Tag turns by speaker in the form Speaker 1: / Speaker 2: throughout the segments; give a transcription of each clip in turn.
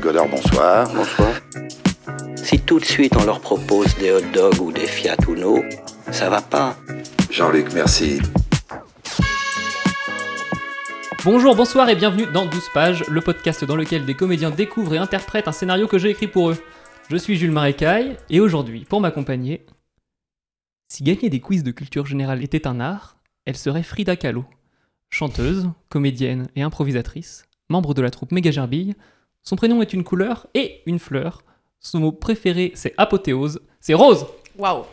Speaker 1: Godard, bonsoir.
Speaker 2: Bonsoir.
Speaker 3: Si tout de suite on leur propose des hot dogs ou des Fiat Uno, ça va pas.
Speaker 1: Jean-Luc, merci.
Speaker 4: Bonjour, bonsoir et bienvenue dans 12 pages, le podcast dans lequel des comédiens découvrent et interprètent un scénario que j'ai écrit pour eux. Je suis Jules Marécaille et aujourd'hui, pour m'accompagner, si gagner des quiz de culture générale était un art, elle serait Frida Kahlo, chanteuse, comédienne et improvisatrice, membre de la troupe Méga Gerbille. Son prénom est une couleur et une fleur. Son mot préféré, c'est apothéose, c'est rose.
Speaker 5: Waouh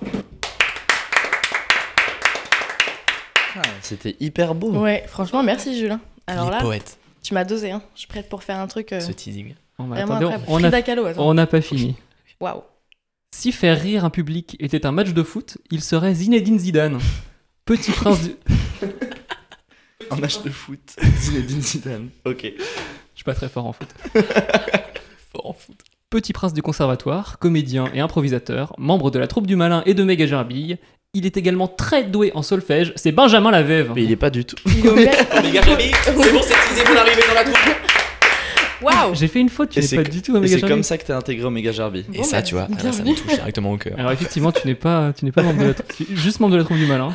Speaker 6: Ah, C'était hyper beau
Speaker 5: Ouais, franchement, merci Jules. Alors
Speaker 6: les
Speaker 5: là,
Speaker 6: poètes,
Speaker 5: tu m'as dosé, hein. je suis prête pour faire un truc euh,
Speaker 6: ce teasing.
Speaker 4: On va-
Speaker 5: vraiment
Speaker 4: bah, attendez,
Speaker 5: incroyable.
Speaker 4: on- on a-
Speaker 5: Frida Kahlo, attends.
Speaker 4: on n'a pas fini.
Speaker 5: Waouh
Speaker 4: Si faire rire un public était un match de foot, il serait Zinedine Zidane. Petit prince du...
Speaker 6: Un match de foot, Zinedine Zidane. Ok.
Speaker 4: Je suis pas très fort en foot.
Speaker 6: Fort en foot.
Speaker 4: Petit prince du conservatoire, comédien et improvisateur, membre de la troupe du malin et de Méga Gerbille, il est également très doué en solfège, c'est Benjamin Lavève.
Speaker 6: Mais il est pas du tout.
Speaker 5: Il est au maire.
Speaker 6: Méga c'est bon, c'est teasé, vous arrivez dans la troupe.
Speaker 5: Waouh
Speaker 4: J'ai fait une faute, tu
Speaker 6: Et
Speaker 4: n'es
Speaker 6: c'est
Speaker 4: pas
Speaker 6: que-
Speaker 4: du tout un
Speaker 6: Et
Speaker 4: Méga
Speaker 6: c'est comme
Speaker 4: Gerbille.
Speaker 6: ça que t'es intégré au Méga Jarby.
Speaker 5: Bon, bah, bienvenue.
Speaker 6: touche directement au cœur.
Speaker 4: Alors effectivement, tu n'es pas, tu n'es pas membre de la troupe, tu es juste membre de la troupe du malin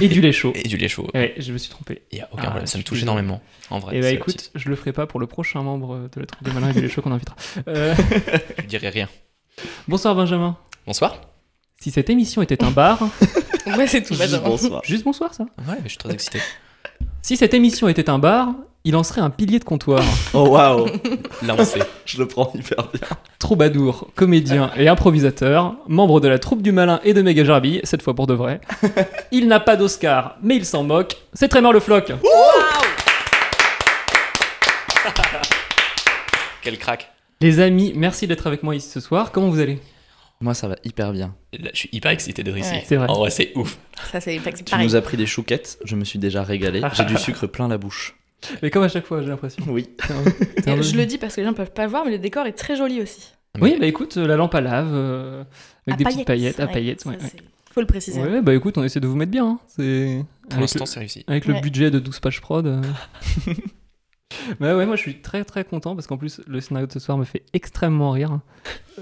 Speaker 4: et du lait chaud. Eh
Speaker 7: Et du lait chaud.
Speaker 4: Ouais, je me suis trompé.
Speaker 7: Il y a aucun
Speaker 4: Ah,
Speaker 7: problème, ça me
Speaker 4: je
Speaker 7: touche
Speaker 4: suis
Speaker 7: énormément. En vrai,
Speaker 4: et bah
Speaker 7: c'est la
Speaker 4: écoute,
Speaker 7: petite.
Speaker 4: je le ferai pas pour le prochain membre de la troupe du malin et du lait chaud qu'on invitera. Euh,
Speaker 7: je dirais rien.
Speaker 4: bonsoir Benjamin.
Speaker 7: Bonsoir.
Speaker 4: Si cette émission était un bar,
Speaker 5: Ouais, c'est tout,
Speaker 6: Juste
Speaker 5: Benjamin.
Speaker 6: bonsoir.
Speaker 4: juste bonsoir ça.
Speaker 7: Ouais, je suis très excité.
Speaker 4: Si cette émission était un bar, il en serait un pilier de comptoir.
Speaker 6: Oh waouh,
Speaker 7: Là, on sait.
Speaker 6: je le prends hyper bien.
Speaker 4: Troubadour, comédien et improvisateur, membre de la troupe du malin et de Méga Jarby, cette fois pour de vrai. Il n'a pas d'Oscar, mais il s'en moque. C'est Trémor le Floc.
Speaker 7: Quel crack.
Speaker 4: Les amis, merci d'être avec moi ici ce soir. Comment vous allez
Speaker 6: Moi ça va hyper bien.
Speaker 7: Là, je suis hyper excité d'être ici.
Speaker 5: Ouais.
Speaker 4: C'est vrai.
Speaker 7: En vrai, c'est ouf.
Speaker 5: Ça, c'est c'est
Speaker 6: Tu
Speaker 5: pareil.
Speaker 6: nous as pris des chouquettes, je me suis déjà régalé. J'ai du sucre plein la bouche.
Speaker 4: Mais comme à chaque fois, j'ai l'impression.
Speaker 6: Oui.
Speaker 4: T'es un- t'es un-
Speaker 5: Et Je le dis parce que les gens peuvent pas voir, mais le décor est très joli aussi.
Speaker 4: Oui, bah écoute, euh, la lampe à lave, euh, avec
Speaker 5: À
Speaker 4: des petites paillettes, à paillettes.
Speaker 5: ça,
Speaker 4: Ouais, ouais.
Speaker 5: c'est- Faut le préciser.
Speaker 4: Ouais, bah écoute, on essaie de vous mettre bien. hein. C'est
Speaker 7: Pour
Speaker 4: avec
Speaker 7: l'instant, c'est réussi.
Speaker 4: Avec le
Speaker 5: Ouais.
Speaker 4: budget de 12 pages prod. euh. Mais ouais, moi je suis très très content parce qu'en plus le scénario de ce soir me fait extrêmement rire.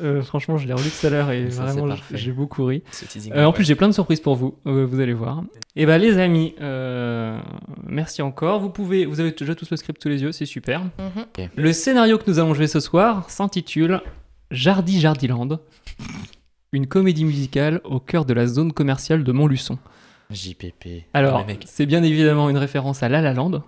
Speaker 4: Euh, franchement, je l'ai relu tout à l'heure et
Speaker 6: Ça, c'est
Speaker 4: vraiment
Speaker 6: parfait.
Speaker 4: j'ai beaucoup ri.
Speaker 7: Ce teasing.
Speaker 4: Euh, en plus, j'ai plein de surprises pour vous, euh, vous allez voir. Et bah les amis, euh, merci encore. Vous pouvez, vous avez déjà tous le script sous les yeux, c'est super.
Speaker 5: Mhm.
Speaker 4: Le scénario que nous allons jouer ce soir s'intitule Jardy Jardyland, une comédie musicale au cœur de la zone commerciale de Montluçon.
Speaker 6: JPP.
Speaker 4: Alors,
Speaker 7: les mecs.
Speaker 4: c'est bien évidemment une référence à La La Land.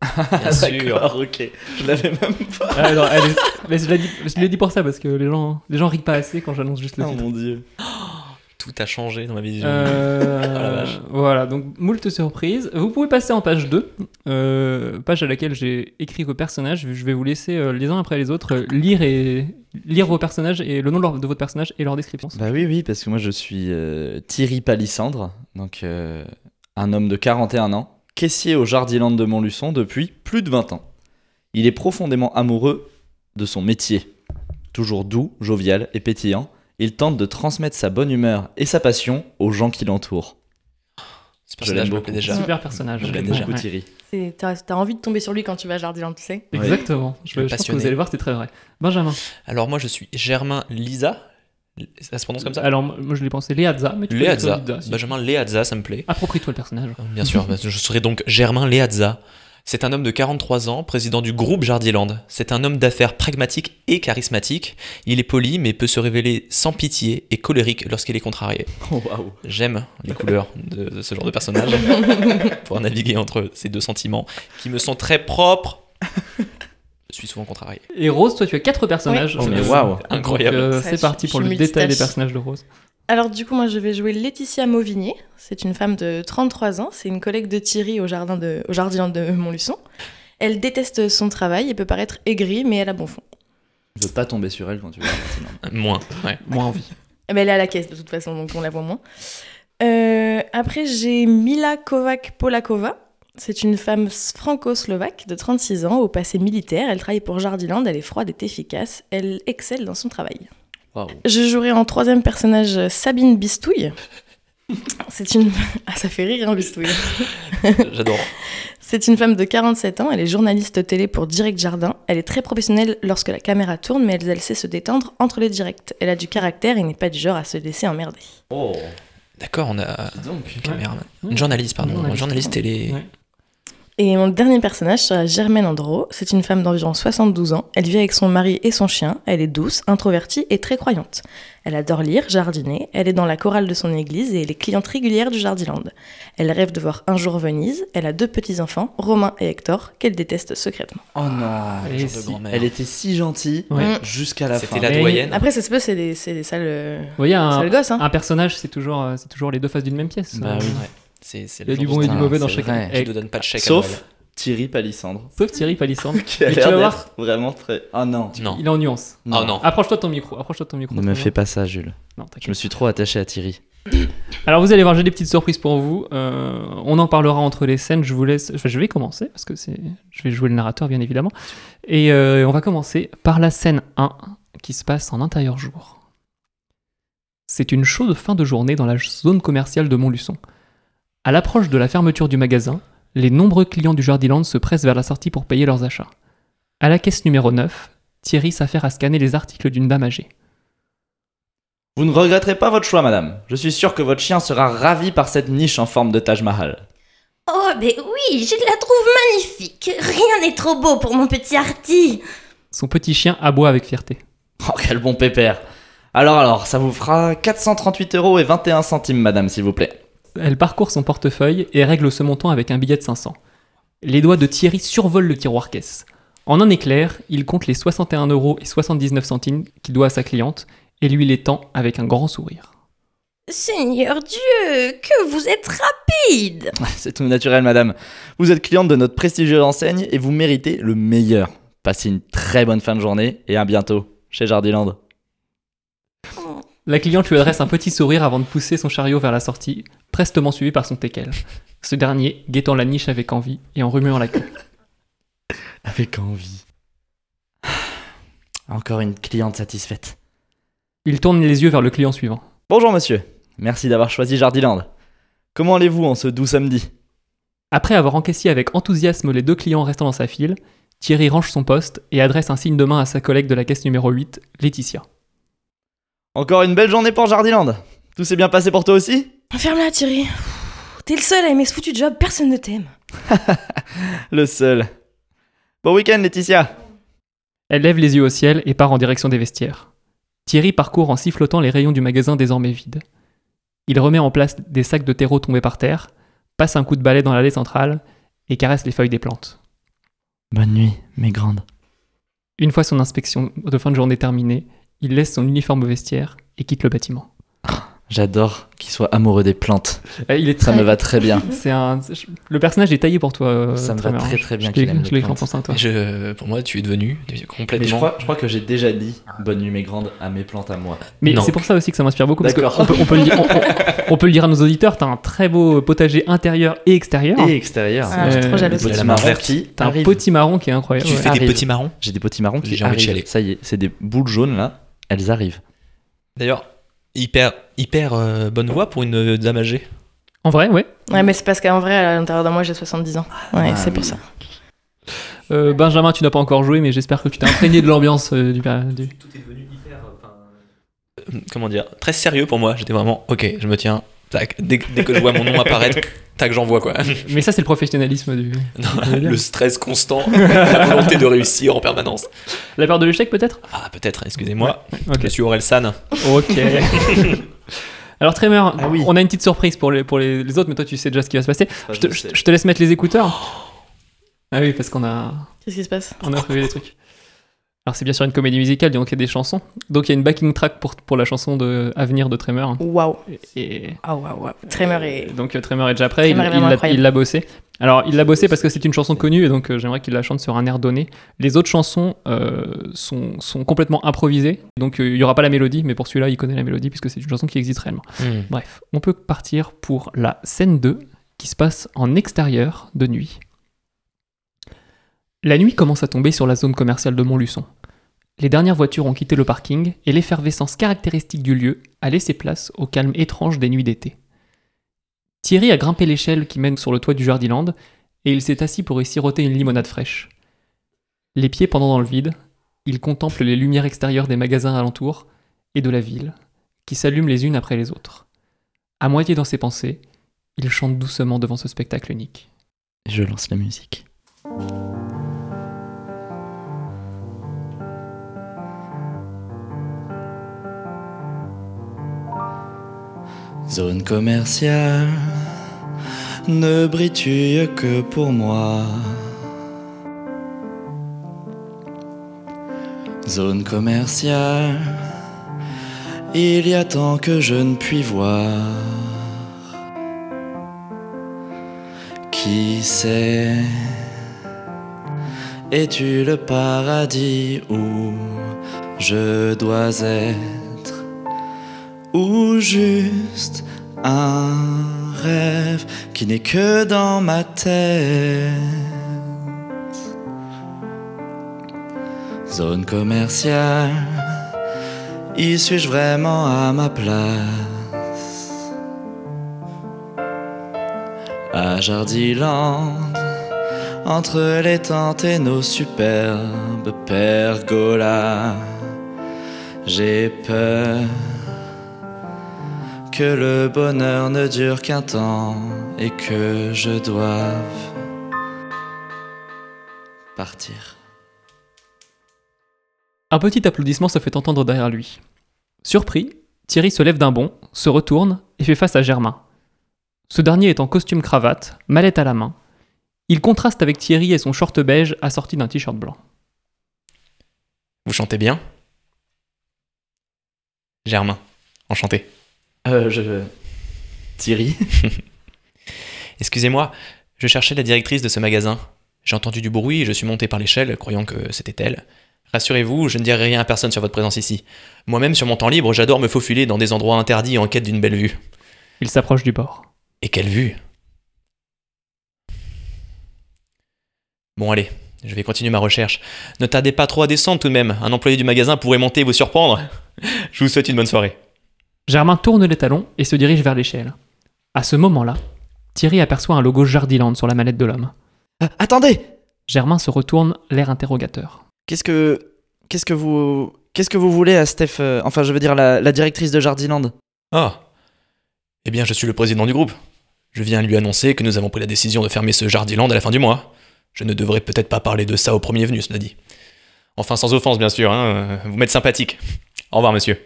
Speaker 7: bien sûr.
Speaker 6: D'accord, ok. Je l'avais même pas.
Speaker 4: Ah, non, elle est- mais je l'ai dit, je l'ai dit pour ça parce que les gens, les gens rient pas assez quand j'annonce juste le
Speaker 6: Oh
Speaker 4: titre.
Speaker 6: mon dieu.
Speaker 7: Tout a changé dans ma vision.
Speaker 4: Euh,
Speaker 7: Ah, la vache.
Speaker 4: voilà, donc moult surprises. Vous pouvez passer en page 2, euh, page à laquelle j'ai écrit vos personnages. Je vais vous laisser euh, les uns après les autres euh, lire et lire vos personnages et le nom de, leur- de votre personnage et leur description.
Speaker 6: Bah oui, oui, parce que moi je suis euh, Thierry Palissandre, donc euh, un homme de 41 ans, caissier au Jardiland de Montluçon depuis plus de 20 ans. Il est profondément amoureux de son métier. Toujours doux, jovial et pétillant, il tente de transmettre sa bonne humeur et sa passion aux gens qui l'entourent.
Speaker 7: Ce personnage
Speaker 6: l'aime
Speaker 7: me plaît
Speaker 6: beaucoup.
Speaker 7: déjà.
Speaker 4: Super personnage.
Speaker 7: Je
Speaker 6: J'aime
Speaker 7: l'ai
Speaker 4: Ouais,
Speaker 7: déjà.
Speaker 6: beaucoup
Speaker 4: ouais.
Speaker 6: Thierry.
Speaker 5: C'est- T'as t'as envie de tomber sur lui quand tu vas à Jardiland, tu sais.
Speaker 6: Ouais.
Speaker 4: Exactement. Je,
Speaker 7: Je suis
Speaker 4: je pense que
Speaker 7: passionné.
Speaker 4: vous allez voir, c'est très vrai. Benjamin.
Speaker 7: Alors, moi, je suis Germain Lisa. Ça se prononce comme ça
Speaker 4: Alors moi je l'ai pensé Léadza, mais tu peux dire
Speaker 7: Léadza.
Speaker 4: Léadza, si-
Speaker 7: Benjamin Léadza, ça me plaît.
Speaker 4: Approprie-toi le personnage.
Speaker 7: Bien sûr, bah, je serai donc Germain Léazza. C'est un homme de 43 ans, président du groupe Jardiland. C'est un homme d'affaires pragmatique et charismatique. Il est poli, mais peut se révéler sans pitié et colérique lorsqu'il est contrarié.
Speaker 6: Oh, waouh.
Speaker 7: J'aime les couleurs de, de ce genre de personnage pour naviguer entre ces deux sentiments qui me sont très propres. Je suis souvent contrarié.
Speaker 4: Et Rose, toi tu as quatre personnages.
Speaker 6: Oh, mais
Speaker 4: Euh,
Speaker 6: waouh.
Speaker 7: Incroyable.
Speaker 4: Donc, euh,
Speaker 5: Ça,
Speaker 4: c'est
Speaker 5: je-
Speaker 4: parti
Speaker 5: je
Speaker 4: pour le
Speaker 5: multitâche.
Speaker 4: détail des personnages de Rose.
Speaker 5: Alors du coup, moi, je vais jouer Laetitia Mauvigné. C'est une femme de 33 ans. C'est une collègue de Thierry au jardin de, au jardin de Montluçon. Elle déteste son travail et peut paraître aigrie, mais elle a bon fond.
Speaker 6: Je veux pas tomber sur elle quand tu vas au Jardiland.
Speaker 7: Moins. ouais.
Speaker 4: Moi envie.
Speaker 5: Eh ben, elle est à la caisse de toute façon, donc on la voit moins. Euh, après, j'ai Mila Kovac-Polakova. C'est une femme franco-slovaque de 36 ans, au passé militaire. Elle travaille pour Jardiland, elle est froide et efficace. Elle excelle dans son travail.
Speaker 6: Waouh.
Speaker 5: Je jouerai en troisième personnage Sabine Bistouille. C'est une... Ah, ça fait rire, hein, Bistouille.
Speaker 7: J'adore.
Speaker 5: C'est une femme de 47 ans, elle est journaliste télé pour Direct Jardin. Elle est très professionnelle lorsque la caméra tourne, mais elle, elle sait se détendre entre les directs. Elle a du caractère et n'est pas du genre à se laisser emmerder.
Speaker 6: Oh,
Speaker 7: D'accord, on a
Speaker 6: donc.
Speaker 7: caméraman. une journaliste, pardon,
Speaker 4: Journaliste.
Speaker 7: une journaliste télé.
Speaker 4: Ouais.
Speaker 5: Et mon dernier personnage sera Germaine Andro. C'est une femme d'environ 72 ans. Elle vit avec son mari et son chien. Elle est douce, introvertie et très croyante. Elle adore lire, jardiner. Elle est dans la chorale de son église et elle est cliente régulière du Jardiland. Elle rêve de voir un jour Venise. Elle a deux petits-enfants, Romain et Hector, qu'elle déteste secrètement.
Speaker 6: Oh non.
Speaker 4: Et
Speaker 7: Genre de
Speaker 4: si-
Speaker 7: grand-mère.
Speaker 6: Elle était si gentille
Speaker 4: Ouais.
Speaker 6: jusqu'à la fin.
Speaker 7: C'était la
Speaker 4: Mais-
Speaker 7: doyenne.
Speaker 5: Après, ça se peut, c'est des, c'est des sales, euh,
Speaker 4: Vous voyez,
Speaker 5: sales
Speaker 4: un,
Speaker 5: gosses, hein.
Speaker 4: un personnage, c'est toujours, euh, c'est toujours les deux faces d'une même pièce.
Speaker 6: Bah
Speaker 4: Euh,
Speaker 6: oui.
Speaker 7: Ouais. C'est c'est
Speaker 4: Il y
Speaker 7: le
Speaker 4: a du
Speaker 7: genre
Speaker 4: bon et
Speaker 7: de
Speaker 4: du
Speaker 6: putain,
Speaker 4: mauvais dans
Speaker 6: c'est
Speaker 4: chacun.
Speaker 6: vrai.
Speaker 7: qui
Speaker 4: Et-
Speaker 7: te donne pas de chèque. à Noël.
Speaker 6: Sauf Thierry Palissandre,
Speaker 4: Sauf Thierry Palissandre.
Speaker 6: qui a
Speaker 4: Mais tu
Speaker 6: l'air
Speaker 4: vas
Speaker 6: d'être
Speaker 4: voir,
Speaker 6: vraiment très. Ah non.
Speaker 7: Non.
Speaker 4: il est en nuance.
Speaker 7: Oh non.
Speaker 4: Approche-toi de ton micro. Approche-toi de ton micro.
Speaker 6: Ne me
Speaker 4: Thomas.
Speaker 6: fais pas ça, Jules.
Speaker 4: Non,
Speaker 6: Je me
Speaker 4: t'inquiète.
Speaker 6: suis trop attaché à Thierry.
Speaker 4: Alors vous allez voir, j'ai des petites surprises pour vous. Euh, on en parlera entre les scènes. Je vous laisse. enfin, je vais commencer parce que c'est. Je vais jouer le narrateur, bien évidemment. Et euh, on va commencer par la scène 1 qui se passe en intérieur jour. C'est une chaude fin de journée dans la zone commerciale de Montluçon. À l'approche de la fermeture du magasin, les nombreux clients du Jardiland se pressent vers la sortie pour payer leurs achats. À la caisse numéro 9, Thierry s'affaire à scanner les articles d'une dame âgée.
Speaker 6: Vous ne regretterez pas votre choix, madame. Je suis sûr que votre chien sera ravi par cette niche en forme de Taj Mahal.
Speaker 2: Oh, mais oui, je la trouve magnifique. Rien n'est trop beau pour mon petit Artie.
Speaker 4: Son petit chien aboie avec fierté.
Speaker 6: Oh, quel bon pépère. Alors, alors, ça vous fera 438 euros et 21 centimes, madame, s'il vous plaît.
Speaker 4: Elle parcourt son portefeuille et règle ce montant avec un billet de 500. Les doigts de Thierry survolent le tiroir caisse. En un éclair, il compte les 61 euros et 79 centimes qu'il doit à sa cliente et lui les tend avec un grand sourire.
Speaker 2: Seigneur Dieu, que vous êtes rapide.
Speaker 6: C'est tout naturel, madame. Vous êtes cliente de notre prestigieuse enseigne et vous méritez le meilleur. Passez une très bonne fin de journée et à bientôt chez Jardiland.
Speaker 4: La cliente lui adresse un petit sourire avant de pousser son chariot vers la sortie, prestement suivi par son teckel. Ce dernier guettant la niche avec envie et en remuant la queue.
Speaker 6: Avec envie. Encore une cliente satisfaite.
Speaker 4: Il tourne les yeux vers le client suivant.
Speaker 6: Bonjour monsieur, merci d'avoir choisi Jardiland. Comment allez-vous en ce doux samedi
Speaker 4: Après avoir encaissé avec enthousiasme les deux clients restant dans sa file, Thierry range son poste et adresse un signe de main à sa collègue de la caisse numéro 8, Laetitia.
Speaker 6: Encore une belle journée pour Jardiland Tout s'est bien passé pour toi aussi
Speaker 5: Ferme-la, Thierry. Pff, T'es le seul à aimer ce foutu job, personne ne t'aime.
Speaker 6: Le seul. Bon week-end Laetitia
Speaker 4: Elle lève les yeux au ciel et part en direction des vestiaires. Thierry parcourt en sifflotant les rayons du magasin désormais vide. Il remet en place des sacs de terreau tombés par terre, passe un coup de balai dans l'allée centrale et caresse les feuilles des plantes.
Speaker 6: Bonne nuit, mes grandes.
Speaker 4: Une fois son inspection de fin de journée terminée, il laisse son uniforme au vestiaire et quitte le bâtiment.
Speaker 6: J'adore qu'il soit amoureux des plantes,
Speaker 4: Eh, Il est
Speaker 6: ça
Speaker 4: très-
Speaker 6: me va très bien.
Speaker 4: C'est un... Le personnage est taillé pour toi. euh,
Speaker 6: Ça me va
Speaker 4: Trevor, hein.
Speaker 6: très très bien
Speaker 4: Je l'ai-
Speaker 6: qu'il aime
Speaker 4: je
Speaker 6: les
Speaker 4: l'ai en
Speaker 6: plantes.
Speaker 4: pensant à toi.
Speaker 7: Mais je, pour moi, tu es devenu complètement.
Speaker 6: Mais je crois, je crois que j'ai déjà dit Ah. bonne nuit mes grandes à mes plantes à moi.
Speaker 4: Mais
Speaker 7: Non.
Speaker 4: c'est pour ça aussi que ça m'inspire beaucoup parce qu'on
Speaker 6: D'accord.
Speaker 4: peut, on, peut le dire- on- on- on peut le dire à nos auditeurs, t'as un très beau potager intérieur et extérieur.
Speaker 6: Et extérieur,
Speaker 5: Ah, je suis trop
Speaker 4: Euh,
Speaker 5: jalouse.
Speaker 7: la
Speaker 6: petits
Speaker 7: main
Speaker 6: marrons
Speaker 7: verte.
Speaker 6: qui
Speaker 4: T'as un
Speaker 6: arrivent.
Speaker 4: petit marron qui est incroyable.
Speaker 7: Tu
Speaker 4: ouais.
Speaker 7: fais
Speaker 6: Arrive.
Speaker 7: des petits marrons.
Speaker 6: J'ai des petits marrons qui
Speaker 7: J'ai envie
Speaker 6: arrivent.
Speaker 7: de chialer.
Speaker 6: Ça y est, c'est des boules jaunes là, elles arrivent.
Speaker 7: D'ailleurs, hyper, hyper euh, bonne voix pour une euh, dame âgée.
Speaker 4: Ah. En vrai, ouais.
Speaker 5: Ouais, mais c'est parce qu'en vrai, à l'intérieur de moi, j'ai 70 ans. Ouais,
Speaker 6: Ah
Speaker 5: c'est pour
Speaker 6: oui.
Speaker 5: ça.
Speaker 4: Euh, Benjamin, tu n'as pas encore joué, mais j'espère que tu t'es imprégné de l'ambiance euh, du, du-
Speaker 7: Euh, Comment dire Très sérieux pour moi. J'étais vraiment, ok, je me tiens. Tac. Dès, que- dès que je vois mon nom apparaître, tac, j'envoie quoi.
Speaker 4: Mais ça, c'est le professionnalisme du.
Speaker 7: Non,
Speaker 4: veux dire
Speaker 7: le stress constant, la volonté de réussir en permanence.
Speaker 4: La peur de l'échec, peut-être
Speaker 7: Ah, peut-être, excusez-moi.
Speaker 4: Ok.
Speaker 7: Monsieur Aurel San.
Speaker 4: Ok. Alors, Tremor,
Speaker 6: Ah oui.
Speaker 4: on a une petite surprise pour les, pour les, les autres, mais toi, tu sais déjà ce qui va se passer.
Speaker 6: Ah,
Speaker 4: je, te,
Speaker 6: je sais.
Speaker 4: je te laisse mettre les écouteurs. Ah oui, parce qu'on a,
Speaker 5: Qu'est-ce qui se passe
Speaker 4: on a prévu des trucs. Alors, c'est bien sûr une comédie musicale, donc il y a des chansons. Donc, il y a une backing track pour, pour la chanson de Avenir de Tremor.
Speaker 5: Waouh.
Speaker 4: Et.
Speaker 5: Ah, waouh, waouh. Tremor et.
Speaker 4: Donc euh, Tremor est déjà prêt, il
Speaker 5: Tremor est
Speaker 4: il
Speaker 5: vraiment
Speaker 4: l'a
Speaker 5: incroyable.
Speaker 4: il l'a bossé. Alors il l'a bossé parce que c'est une chanson connue et donc euh, j'aimerais qu'il la chante sur un air donné. Les autres chansons euh, sont, sont complètement improvisées, donc euh, il n'y aura pas la mélodie, mais pour celui-là il connaît la mélodie puisque c'est une chanson qui existe réellement.
Speaker 7: Hmm.
Speaker 4: Bref, on peut partir pour la scène 2 qui se passe en extérieur de nuit. La nuit commence à tomber sur la zone commerciale de Montluçon. Les dernières voitures ont quitté le parking et l'effervescence caractéristique du lieu a laissé place au calme étrange des nuits d'été. Thierry a grimpé l'échelle qui mène sur le toit du Jardiland et il s'est assis pour y siroter une limonade fraîche. Les pieds pendant dans le vide, il contemple les lumières extérieures des magasins alentour et de la ville, qui s'allument les unes après les autres. À moitié dans ses pensées, il chante doucement devant ce spectacle unique.
Speaker 6: Je lance la musique. Zone commerciale, ne britille que pour moi. Zone commerciale, il y a tant que je ne puis voir. Qui sait Es-tu le paradis où je dois être Ou juste un rêve qui n'est que dans ma tête Zone commerciale, y suis-je vraiment à ma place à Jardiland, entre les tentes et nos superbes pergolas. J'ai peur que le bonheur ne dure qu'un temps et que je doive partir.
Speaker 4: Un petit applaudissement se fait entendre derrière lui. Surpris, Thierry se lève d'un bond, se retourne et fait face à Germain. Ce dernier est en costume cravate, mallette à la main. Il contraste avec Thierry et son short beige assorti d'un t-shirt blanc.
Speaker 7: Vous chantez bien Germain, enchanté.
Speaker 6: Euh, je. Thierry
Speaker 7: Excusez-moi, je cherchais la directrice de ce magasin. J'ai entendu du bruit et je suis monté par l'échelle, croyant que c'était elle. Rassurez-vous, je ne dirai rien à personne sur votre présence ici. Moi-même, sur mon temps libre, j'adore me faufiler dans des endroits interdits en quête d'une belle vue.
Speaker 4: Il s'approche du bord.
Speaker 7: Et quelle vue Bon allez, je vais continuer ma recherche. Ne tardez pas trop à descendre tout de même, un employé du magasin pourrait monter et vous surprendre. Je vous souhaite une bonne soirée.
Speaker 4: Germain tourne les talons et se dirige vers l'échelle. À ce moment-là, Thierry aperçoit un logo Jardiland sur la mallette de l'homme.
Speaker 6: Ah, Attendez
Speaker 4: Germain se retourne, l'air interrogateur.
Speaker 6: Qu'est-ce que. Qu'est-ce que vous. Qu'est-ce que vous voulez à Steph euh, Enfin, je veux dire, la, la directrice de Jardiland.
Speaker 7: Ah Eh bien, je suis le président du groupe. Je viens lui annoncer que nous avons pris la décision de fermer ce Jardiland à la fin du mois. Je ne devrais peut-être pas parler de ça au premier venu, cela dit. Enfin, sans offense, bien sûr, hein, euh, vous m'êtes sympathique. Au revoir, monsieur.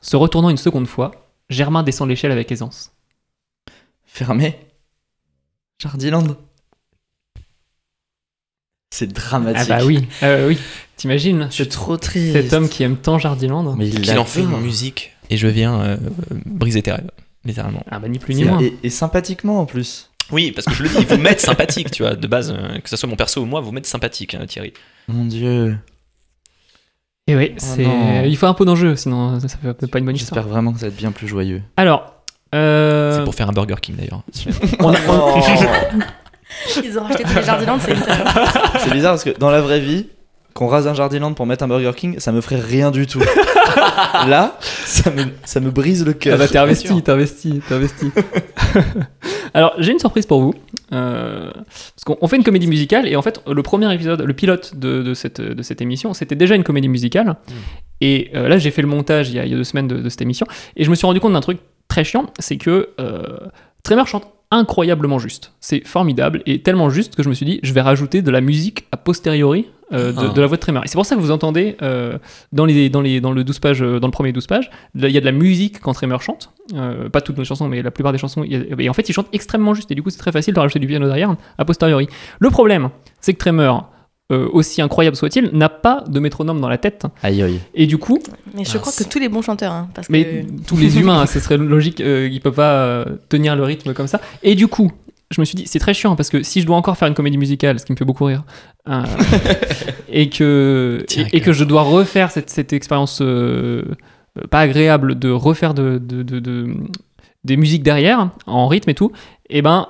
Speaker 4: Se retournant une seconde fois, Germain descend l'échelle avec aisance.
Speaker 6: Fermé Jardiland C'est
Speaker 4: Ah
Speaker 6: dramatique.
Speaker 4: bah oui, ah bah oui. T'imagines
Speaker 6: Je suis trop triste.
Speaker 4: cet homme qui aime tant Jardiland
Speaker 6: Mais
Speaker 7: Qu'il en fait une musique. Et je viens euh, euh, briser tes rêves, littéralement.
Speaker 4: Ah bah ni plus ni moins.
Speaker 6: Et, et sympathiquement en plus.
Speaker 7: Oui, parce que je le dis, vous m'êtes sympathique, tu vois, de base, euh, que ce soit mon perso ou moi, vous m'êtes sympathique, hein, Thierry.
Speaker 6: Mon dieu.
Speaker 4: Et oui,
Speaker 6: Oh
Speaker 4: Eh c'est...
Speaker 6: non.
Speaker 4: il faut un peu d'enjeu, sinon ça fait pas une bonne histoire.
Speaker 6: J'espère vraiment que ça va être bien plus joyeux.
Speaker 4: Alors, euh,
Speaker 7: C'est pour faire un Burger King d'ailleurs.
Speaker 4: on a- on-
Speaker 5: Ils ont racheté tous les jardins, c'est
Speaker 6: C'est bizarre parce que dans la vraie vie, qu'on rase un Jardiland pour mettre un Burger King, ça me ferait rien du tout. Là, ça me, ça me brise le
Speaker 4: Ah
Speaker 6: cœur.
Speaker 4: bah t'es
Speaker 7: euh, Bien
Speaker 4: investi,
Speaker 7: sûr.
Speaker 4: t'es investi, t'es investi. Alors j'ai une surprise pour vous. Euh, parce qu'on on fait une comédie musicale et en fait le premier épisode, le pilote de, de cette, de cette émission, c'était déjà une comédie musicale.
Speaker 7: Mm.
Speaker 4: Et euh, là j'ai fait le montage il y a, il y a deux semaines de, de cette émission et je me suis rendu compte d'un truc très chiant, c'est que euh, Tremor chante incroyablement juste. C'est formidable et tellement juste que je me suis dit je vais rajouter de la musique a posteriori. euh, de,
Speaker 7: Ah.
Speaker 4: de la voix de Tremor. Et c'est pour ça que vous entendez euh, dans, les, dans, les, dans, le 12 pages, euh, dans le premier 12 pages, il y a de la musique quand Tremor chante, Euh, pas toutes nos chansons, mais la plupart des chansons. il y a- Et en fait, il chante extrêmement juste, et du coup, c'est très facile de rajouter du piano derrière, a posteriori. Le problème, c'est que Tremor, euh, aussi incroyable soit-il, n'a pas de métronome dans la tête,
Speaker 6: Aïe aïe.
Speaker 4: et du coup,
Speaker 5: Mais je crois que tous les bons chanteurs, hein, parce
Speaker 4: mais
Speaker 5: que.
Speaker 4: tous les humains, hein, ce serait logique, euh, il peut pas euh, tenir le rythme comme ça. Et du coup, je me suis dit, c'est très chiant parce que si je dois encore faire une comédie musicale, ce qui me fait beaucoup rire, euh, et que
Speaker 7: Tiens,
Speaker 4: et, et que je dois refaire cette, cette expérience euh, euh, pas agréable de refaire de, de- de- de- eh des musiques derrière en rythme et tout, et ben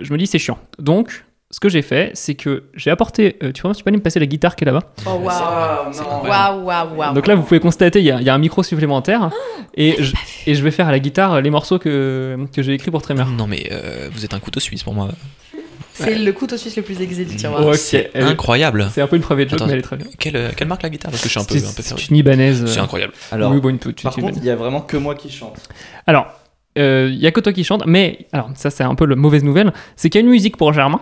Speaker 4: je me dis c'est chiant. Donc ce que j'ai fait, c'est que j'ai apporté. euh, tu vois, tu peux aller me passer la guitare qui est là-bas.
Speaker 5: Oh, waouh.
Speaker 8: C'est-
Speaker 5: Waouh, waouh, waouh.
Speaker 4: Donc là, vous pouvez constater, il y, a- il y a un micro supplémentaire. et, Oh, je, et je vais faire à la guitare les morceaux que, que j'ai écrits pour Tremer.
Speaker 8: Non mais euh, vous êtes un couteau suisse pour moi.
Speaker 5: C'est le couteau suisse le plus aiguisé du tiroir.
Speaker 4: Ouais. Ok,
Speaker 8: C'est
Speaker 4: elle-
Speaker 8: incroyable.
Speaker 4: C'est un peu une private joke,
Speaker 8: Attends,
Speaker 4: mais elle est très bien.
Speaker 8: Quelle, quelle marque la guitare Parce que je suis un peu, un peu
Speaker 4: C'est
Speaker 8: férus.
Speaker 4: c'est une Ibanaise.
Speaker 8: C'est
Speaker 4: euh,
Speaker 8: incroyable.
Speaker 9: Alors,
Speaker 4: oui, bon, une petite
Speaker 9: par contre,
Speaker 4: Ibanaise.
Speaker 9: il y a vraiment que moi qui chante.
Speaker 4: Alors, il y a que toi qui chante, mais alors ça c'est un peu la mauvaise nouvelle, c'est qu'il y a une musique pour Germain.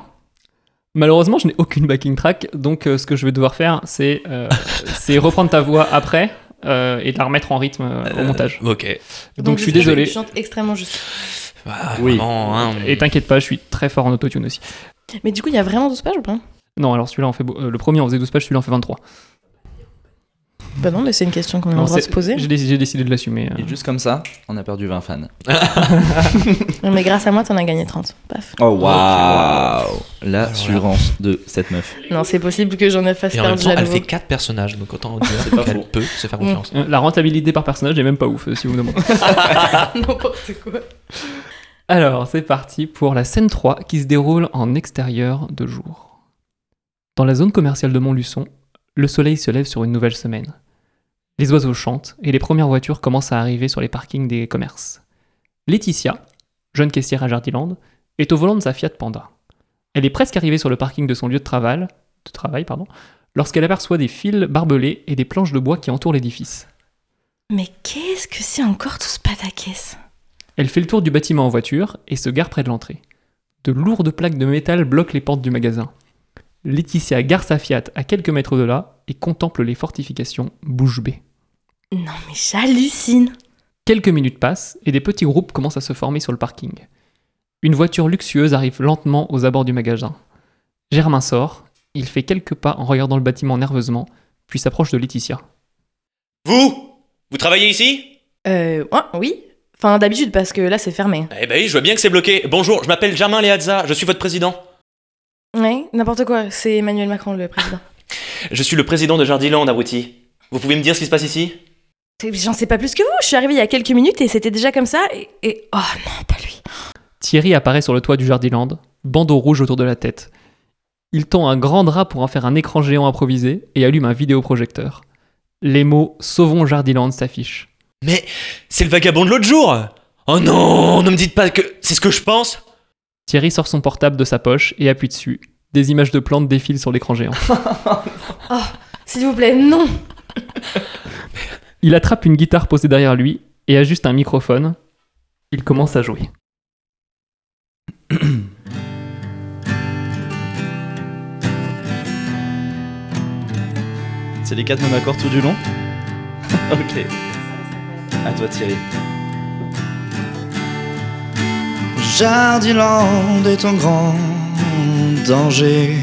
Speaker 4: Malheureusement, je n'ai aucune backing track, donc euh, ce que je vais devoir faire, c'est euh, c'est reprendre ta voix après euh, et de la remettre en rythme euh, au
Speaker 8: Euh,
Speaker 4: montage.
Speaker 8: Ok.
Speaker 4: Donc, je suis désolé.
Speaker 5: Je chante extrêmement juste.
Speaker 8: Bah,
Speaker 9: Oui.
Speaker 8: vraiment, hein.
Speaker 4: Et t'inquiète pas, je suis très fort en autotune aussi.
Speaker 5: Mais du coup, il y a vraiment 12 pages ou pas
Speaker 4: Non, alors celui-là, on fait beau- euh, le premier, on faisait 12 pages, celui-là, on fait 23.
Speaker 5: Bah non, mais c'est une question qu'on a le
Speaker 4: Non,
Speaker 5: droit de
Speaker 4: c'est-
Speaker 5: se poser.
Speaker 4: J'ai dé- j'ai décidé de l'assumer. euh.
Speaker 9: Et juste comme ça, on a perdu 20 fans.
Speaker 5: Non, mais grâce à moi, t'en as gagné 30. Paf.
Speaker 9: Oh
Speaker 8: waouh.
Speaker 9: waouh L'assurance de cette meuf.
Speaker 5: Non, c'est possible que j'en ai fasse
Speaker 8: Et en même
Speaker 5: perdre
Speaker 8: temps,
Speaker 5: à
Speaker 8: elle
Speaker 5: nouveau.
Speaker 8: fait 4 personnages, donc autant
Speaker 9: C'est pas
Speaker 8: dire
Speaker 9: faux.
Speaker 8: qu'elle peut se faire
Speaker 5: Mm.
Speaker 8: confiance.
Speaker 4: Euh, La rentabilité par personnage n'est même pas ouf, euh, si vous me demandez.
Speaker 5: N'importe quoi.
Speaker 4: Alors, c'est parti pour la scène 3 qui se déroule en extérieur de jour. Dans la zone commerciale de Montluçon, le soleil se lève sur une nouvelle semaine. Les oiseaux chantent et les premières voitures commencent à arriver sur les parkings des commerces. Laetitia, jeune caissière à Jardiland, est au volant de sa Fiat Panda. Elle est presque arrivée sur le parking de son lieu de travail, de travail pardon, lorsqu'elle aperçoit des fils barbelés et des planches de bois qui entourent l'édifice.
Speaker 2: Mais qu'est-ce que c'est encore tout ce pataquès
Speaker 4: Elle fait le tour du bâtiment en voiture et se gare près de l'entrée. De lourdes plaques de métal bloquent les portes du magasin. Laetitia gare sa Fiat à quelques mètres de là et contemple les fortifications bouche bée.
Speaker 2: Non mais j'hallucine
Speaker 4: Quelques minutes passent et des petits groupes commencent à se former sur le parking. Une voiture luxueuse arrive lentement aux abords du magasin. Germain sort, il fait quelques pas en regardant le bâtiment nerveusement, puis s'approche de Laetitia.
Speaker 7: Vous Vous travaillez ici
Speaker 5: Euh, ouais, oui. Enfin, d'habitude, parce que là, c'est fermé.
Speaker 7: Eh ben oui, je vois bien que c'est bloqué. Bonjour, je m'appelle Germain Leazza, je suis votre président.
Speaker 5: Ouais, n'importe quoi. C'est Emmanuel Macron, le président.
Speaker 7: Je suis le président de Jardiland, abruti. Vous pouvez me dire ce qui se passe ici
Speaker 5: J'en sais pas plus que vous. Je suis arrivée il y a quelques minutes et c'était déjà comme ça. Et, et- oh non, pas lui.
Speaker 4: Thierry apparaît sur le toit du Jardiland, bandeau rouge autour de la tête. Il tend un grand drap pour en faire un écran géant improvisé et allume un vidéoprojecteur. Les mots Sauvons Jardiland s'affichent.
Speaker 7: Mais c'est le vagabond de l'autre jour Oh non, ne me dites pas que c'est ce que je pense
Speaker 4: Thierry sort son portable de sa poche et appuie dessus. Des images de plantes défilent sur l'écran géant.
Speaker 5: S'il vous plaît, non.
Speaker 4: Il attrape une guitare posée derrière lui et ajuste un microphone. Il commence à jouer.
Speaker 9: C'est les quatre mêmes accords tout du long Ok. À toi Thierry.
Speaker 6: Jardiland est en grand danger.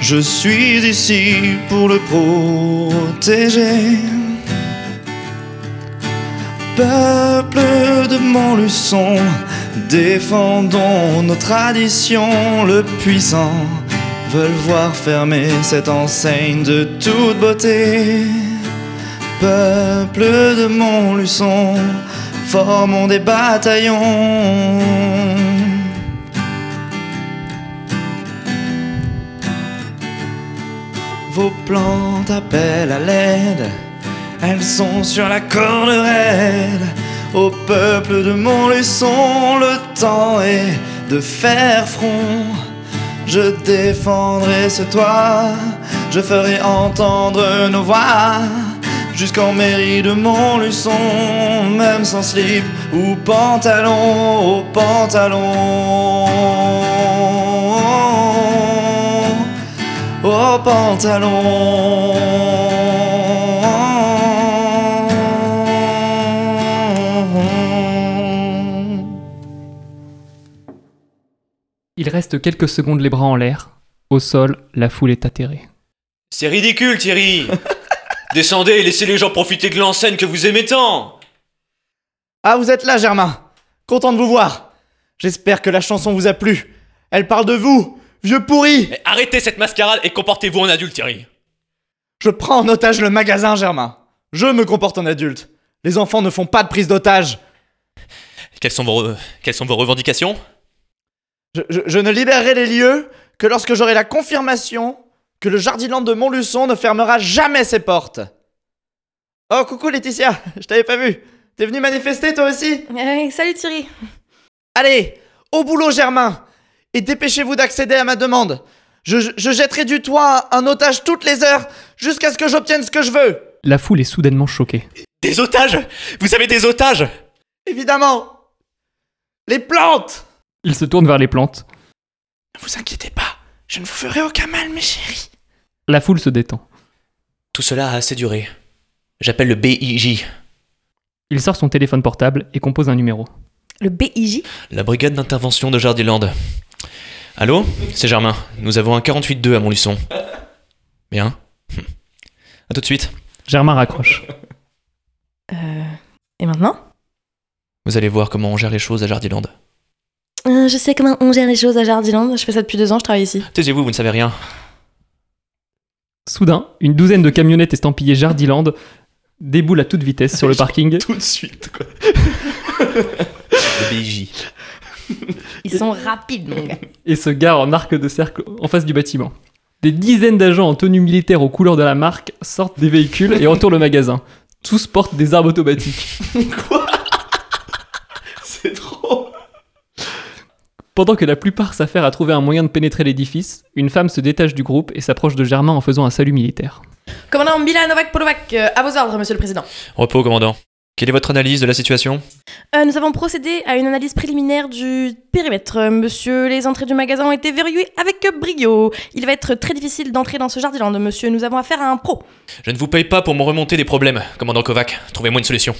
Speaker 6: Je suis ici pour le protéger. Peuple de Montluçon, défendons nos traditions. Le puissant veulent voir fermer cette enseigne de toute beauté. Peuple de Montluçon, formons des bataillons. Vos plantes appellent à l'aide, elles sont sur la corde raide. Au peuple de Montluçon, le temps est de faire front. Je défendrai ce toit, je ferai entendre nos voix. Jusqu'en mairie de Montluçon, même sans slip ou pantalon, au pantalon au pantalon.
Speaker 4: Il reste quelques secondes les bras en l'air. Au sol, la foule est atterrée.
Speaker 7: C'est ridicule, Thierry Descendez et laissez les gens profiter de l'enseigne que vous aimez tant
Speaker 6: Ah, vous êtes là, Germain. Content de vous voir. J'espère que la chanson vous a plu. Elle parle de vous, vieux pourri.
Speaker 7: Mais arrêtez cette mascarade et comportez-vous en adulte, Thierry
Speaker 6: Je prends en otage le magasin, Germain. Je me comporte en adulte. Les enfants ne font pas de prise d'otage.
Speaker 7: Quelles sont vos, re- Quelles sont vos revendications
Speaker 10: Je, je- je ne libérerai les lieux que lorsque j'aurai la confirmation que le Jardiland de Montluçon ne fermera jamais ses portes. Oh, coucou Laetitia, je t'avais pas vu. T'es venu manifester toi aussi
Speaker 5: Ah Ouais, salut Thierry.
Speaker 10: Allez, au boulot Germain Et dépêchez-vous d'accéder à ma demande. Je, je- je jetterai du toit un otage toutes les heures jusqu'à ce que j'obtienne ce que je veux.
Speaker 4: La foule est soudainement choquée.
Speaker 7: Des otages Vous avez des otages
Speaker 10: Évidemment Les plantes
Speaker 4: Il se tourne vers les plantes.
Speaker 10: Ne vous inquiétez pas, je ne vous ferai aucun mal, mes chéris.
Speaker 4: La foule se détend.
Speaker 7: Tout cela a assez duré. J'appelle le BIJ,
Speaker 4: Il sort son téléphone portable et compose un numéro.
Speaker 5: Le BIJ
Speaker 7: la brigade d'intervention de Jardiland. Allô C'est Germain. Nous avons un 48-2 à Montluçon. Bien. Hum. À tout de suite.
Speaker 4: Germain raccroche.
Speaker 5: Euh, Et maintenant
Speaker 7: Vous allez voir comment on gère les choses à Jardiland.
Speaker 5: Euh, Je sais comment on gère les choses à Jardiland. Je fais ça depuis deux ans, je travaille ici.
Speaker 7: Taisez-vous, vous ne savez rien.
Speaker 4: Soudain, une douzaine de camionnettes estampillées Jardiland déboulent à toute vitesse sur le parking.
Speaker 6: Tout de suite, quoi.
Speaker 7: Le BIJ.
Speaker 2: Ils sont rapides, mon gars.
Speaker 4: et se gare en arc de cercle en face du bâtiment. Des dizaines d'agents en tenue militaire aux couleurs de la marque sortent des véhicules et entourent le magasin. Tous portent des armes automatiques.
Speaker 6: C'est trop.
Speaker 4: Pendant que la plupart s'affairent à trouver un moyen de pénétrer l'édifice, une femme se détache du groupe et s'approche de Germain en faisant un salut militaire.
Speaker 5: Commandant Mila Novak Polovac, euh, à vos ordres, monsieur le président.
Speaker 7: Repos, commandant. Quelle est votre analyse de la situation
Speaker 5: Euh, nous avons procédé à une analyse préliminaire du périmètre. Euh, Monsieur, les entrées du magasin ont été verrouillées avec brio. Il va être très difficile d'entrer dans ce Jardiland, monsieur. Nous avons affaire à un pro.
Speaker 7: Je ne vous paye pas pour me remonter des problèmes, commandant Kovac. Trouvez-moi une solution.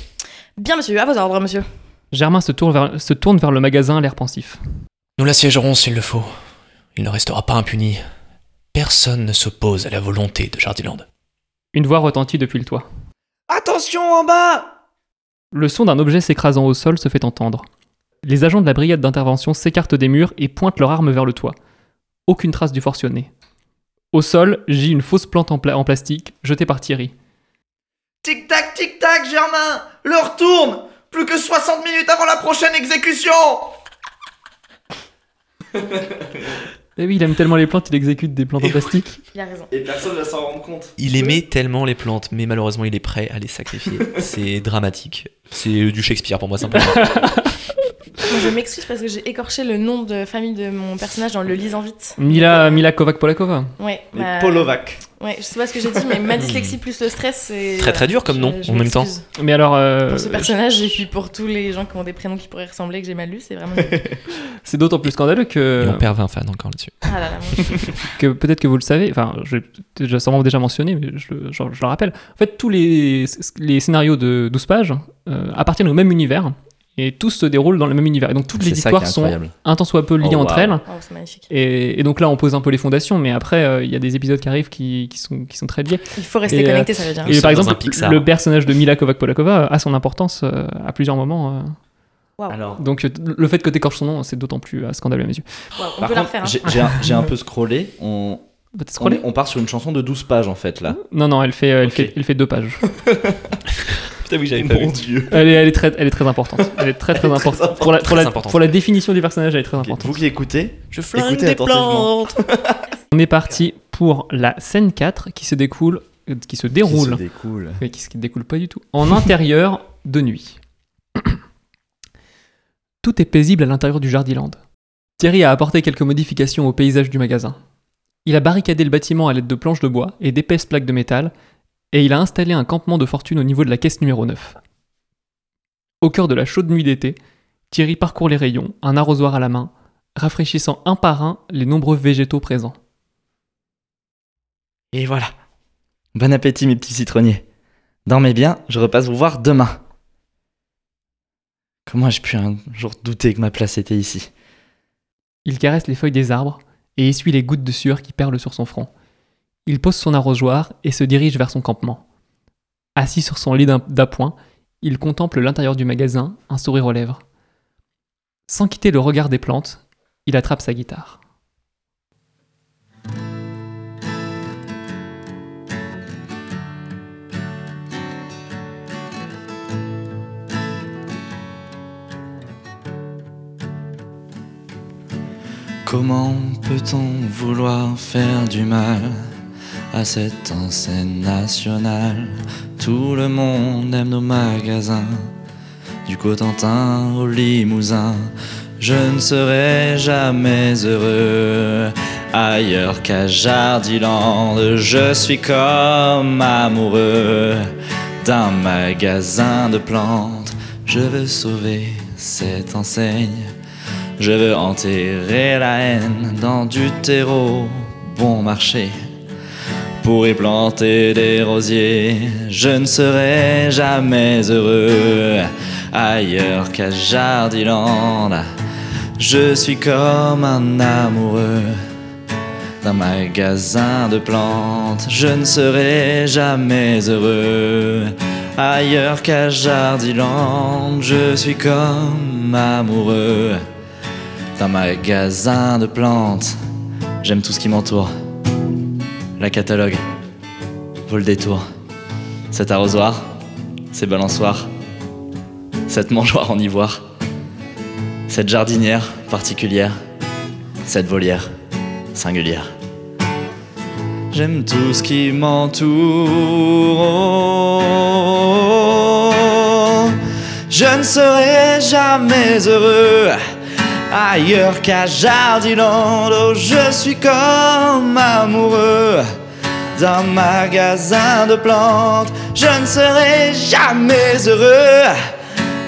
Speaker 5: Bien, monsieur, à vos ordres, monsieur.
Speaker 4: Germain se tourne vers, se tourne vers le magasin, l'air pensif.
Speaker 7: Nous l'assiégerons s'il le faut. Il ne restera pas impuni. Personne ne s'oppose à la volonté de Jardiland.
Speaker 4: Une voix retentit depuis le toit.
Speaker 10: Attention en bas
Speaker 4: Le son d'un objet s'écrasant au sol se fait entendre. Les agents de la brigade d'intervention s'écartent des murs et pointent leurs armes vers le toit. Aucune trace du forcené. Au sol gît une fausse plante en, pla- en plastique jetée par Thierry.
Speaker 10: Tic-tac, tic-tac, Germain L'heure tourne Plus que 60 minutes avant la prochaine exécution
Speaker 4: Eh oui, il aime tellement les plantes, il exécute des plantes en plastique.
Speaker 5: Il a raison.
Speaker 6: Et personne va s'en rendre compte.
Speaker 7: Il aimait tellement les plantes, mais malheureusement, il est prêt à les sacrifier. C'est dramatique. C'est du Shakespeare pour moi, simplement.
Speaker 5: Moi, je m'excuse parce que j'ai écorché le nom de famille de mon personnage dans le lisant vite.
Speaker 4: Mila, Mila Kovac-Polakova.
Speaker 5: Ouais.
Speaker 6: Et
Speaker 5: bah,
Speaker 6: Polovac.
Speaker 5: Ouais, je sais pas ce que j'ai dit, mais ma dyslexie plus le stress, c'est.
Speaker 7: Très, très dur comme nom, en même temps.
Speaker 5: euh, m'excuse.
Speaker 4: Mais alors, euh,
Speaker 5: Pour ce personnage, et puis pour tous les gens qui ont des prénoms qui pourraient ressembler que j'ai mal lu, c'est vraiment.
Speaker 4: c'est d'autant plus scandaleux
Speaker 7: Et
Speaker 4: que,
Speaker 7: on perd 20 fans encore là-dessus.
Speaker 5: Ah là là, mon Dieu.
Speaker 4: que peut-être que vous le savez, enfin, je l'ai déjà- sûrement déjà mentionné, mais je, le- je- je le rappelle. En fait, tous les, les scénarios de 12 pages euh, appartiennent au même univers et tous se déroulent dans le même univers. Et donc toutes les histoires sont un tant soit peu liées
Speaker 6: Oh,
Speaker 4: entre
Speaker 6: wow.
Speaker 4: elles.
Speaker 5: Oh, c'est magnifique.
Speaker 4: Et, et donc là, on pose un peu les fondations, mais après, euh, il y a des épisodes qui arrivent qui, qui sont, qui sont très liés.
Speaker 5: Il faut rester
Speaker 4: Et, euh,
Speaker 5: connecté, Ah, ça veut dire.
Speaker 7: Nous
Speaker 4: Et
Speaker 7: sommes
Speaker 4: par
Speaker 7: dans
Speaker 4: exemple,
Speaker 7: un Pixar.
Speaker 4: le personnage de Mila Kovac-Polakova a son importance euh, à plusieurs moments. euh.
Speaker 6: Alors,
Speaker 4: Donc euh, le fait que t'écorches son nom, c'est d'autant plus euh, scandaleux à mes yeux.
Speaker 5: Waouh, on
Speaker 6: par
Speaker 5: peut la
Speaker 6: contre,
Speaker 5: refaire. hein.
Speaker 6: j'ai- j'ai un- j'ai un peu scrollé. On,
Speaker 4: Bah, t'as
Speaker 6: on,
Speaker 4: scrollé
Speaker 6: est- on part sur une chanson de 12 pages en fait là.
Speaker 4: Non, non, elle fait, euh, elle
Speaker 6: Ok.
Speaker 4: fait, elle fait deux pages.
Speaker 7: Putain, oui, j'avais
Speaker 6: dieu.
Speaker 4: Elle est, elle est très, elle est très importante. Elle est très très, importante. Pour la, pour,
Speaker 7: Très
Speaker 4: la,
Speaker 7: importante.
Speaker 4: pour la définition du personnage, elle est très importante.
Speaker 6: Vous qui écoutez,
Speaker 7: Je flingue
Speaker 6: écoutez
Speaker 7: des
Speaker 6: attentivement.
Speaker 7: plantes
Speaker 4: On est parti pour la scène 4 qui se découle, euh, qui se déroule,
Speaker 6: Qui se découle.
Speaker 4: mais qui se découle pas du tout, en intérieur de nuit. Tout est paisible à l'intérieur du Jardiland. Thierry a apporté quelques modifications au paysage du magasin. Il a barricadé le bâtiment à l'aide de planches de bois et d'épaisses plaques de métal, et il a installé un campement de fortune au niveau de la caisse numéro 9. Au cœur de la chaude nuit d'été, Thierry parcourt les rayons, un arrosoir à la main, rafraîchissant un par un les nombreux végétaux présents.
Speaker 6: Et voilà. Bon appétit mes petits citronniers. Dormez bien, je repasse vous voir demain. Comment ai-je pu un jour douter que ma place était ici
Speaker 4: Il caresse les feuilles des arbres et essuie les gouttes de sueur qui perlent sur son front. Il pose son arrosoir et se dirige vers son campement. Assis sur son lit d'un- d'appoint, il contemple l'intérieur du magasin, un sourire aux lèvres. Sans quitter le regard des plantes, il attrape sa guitare.
Speaker 6: Comment peut-on vouloir faire du mal à cette enseigne nationale Tout le monde aime nos magasins, du Cotentin au Limousin. Je ne serai jamais heureux ailleurs qu'à Jardiland. Je suis comme amoureux d'un magasin de plantes. Je veux sauver cette enseigne. Je veux enterrer la haine dans du terreau bon marché. Pour y planter des rosiers, je ne serai jamais heureux ailleurs qu'à Jardiland. Je suis comme un amoureux d'un magasin de plantes. Je ne serai jamais heureux ailleurs qu'à Jardiland. Je suis comme amoureux d'un magasin de plantes. J'aime tout ce qui m'entoure. La catalogue vaut le détour. Cet arrosoir, ces balançoires, cette mangeoire en ivoire, cette jardinière particulière, cette volière singulière. J'aime tout ce qui m'entoure. Oh, Je ne serai jamais heureux ailleurs qu'à Jardiland. Oh, je suis comme amoureux d'un magasin de plantes. Je ne serai jamais heureux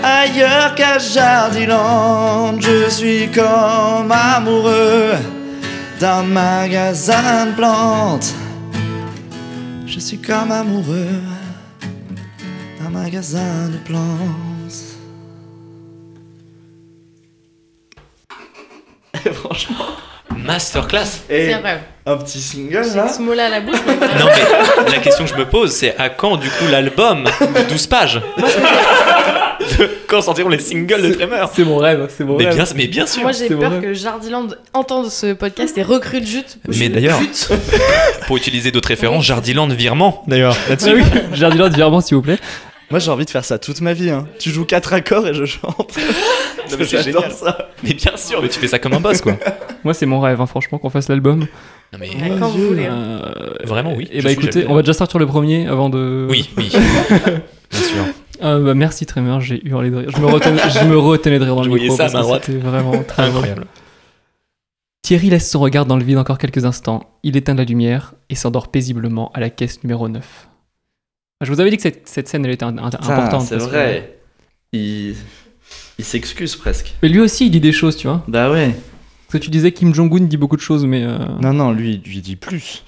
Speaker 6: ailleurs qu'à Jardiland. Je suis comme amoureux d'un magasin de plantes. Je suis comme amoureux d'un magasin de plantes.
Speaker 10: Franchement.
Speaker 7: Masterclass
Speaker 10: Et
Speaker 5: C'est vrai.
Speaker 10: un petit single
Speaker 5: J'ai
Speaker 10: là
Speaker 5: ce mot-là à la bouche.
Speaker 7: Non mais la question que je me pose c'est à quand du coup l'album de 12 pages De- Quand sortiront les singles de Tremor
Speaker 4: C'est mon rêve, c'est mon
Speaker 7: mais
Speaker 4: rêve.
Speaker 7: bien, mais bien sûr
Speaker 5: Moi, j'ai
Speaker 4: C'est
Speaker 5: peur
Speaker 4: vrai.
Speaker 5: que Jardiland entende ce podcast et recrute Jute.
Speaker 7: Mais d'ailleurs, pour utiliser d'autres références, Jardiland virement d'ailleurs
Speaker 4: Ah oui, Jardiland, virement, s'il vous plaît.
Speaker 10: Moi j'ai envie de faire ça toute ma vie. Hein. Tu joues quatre accords et je chante.
Speaker 7: Non, mais c'est
Speaker 10: J'adore
Speaker 7: génial.
Speaker 10: ça.
Speaker 7: Mais bien sûr, mais tu fais ça comme un boss quoi
Speaker 4: Moi, c'est mon rêve, hein, franchement, qu'on fasse l'album.
Speaker 7: Non mais
Speaker 5: Ouais, quand vous voulez. hein.
Speaker 4: Euh,
Speaker 7: vraiment oui.
Speaker 4: Et
Speaker 7: je
Speaker 4: bah
Speaker 7: suis
Speaker 4: écoutez,
Speaker 7: jaloux.
Speaker 4: on va déjà sortir le premier avant de.
Speaker 7: Oui, oui. bien sûr.
Speaker 4: Euh, bah, merci Tremor, j'ai hurlé de rire. Je me retenais, je me retenais de rire dans
Speaker 7: Je
Speaker 4: le
Speaker 7: voyais
Speaker 4: micro
Speaker 7: ça à
Speaker 4: parce
Speaker 7: ma
Speaker 4: que
Speaker 7: droite.
Speaker 4: c'était vraiment très drôle.
Speaker 7: Incroyable.
Speaker 4: Thierry laisse son regard dans le vide encore quelques instants. Il éteint la lumière et s'endort paisiblement à la caisse numéro 9. Je vous avais dit que cette, cette scène elle était un- un- importante.
Speaker 10: C'est
Speaker 4: parce que-
Speaker 10: vrai. Il, il s'excuse presque.
Speaker 4: Mais lui aussi il dit des choses, tu vois.
Speaker 10: Bah ouais.
Speaker 4: Parce que tu disais Kim Jong-un dit beaucoup de choses, mais. euh,
Speaker 10: Non, non, lui, il lui dit plus.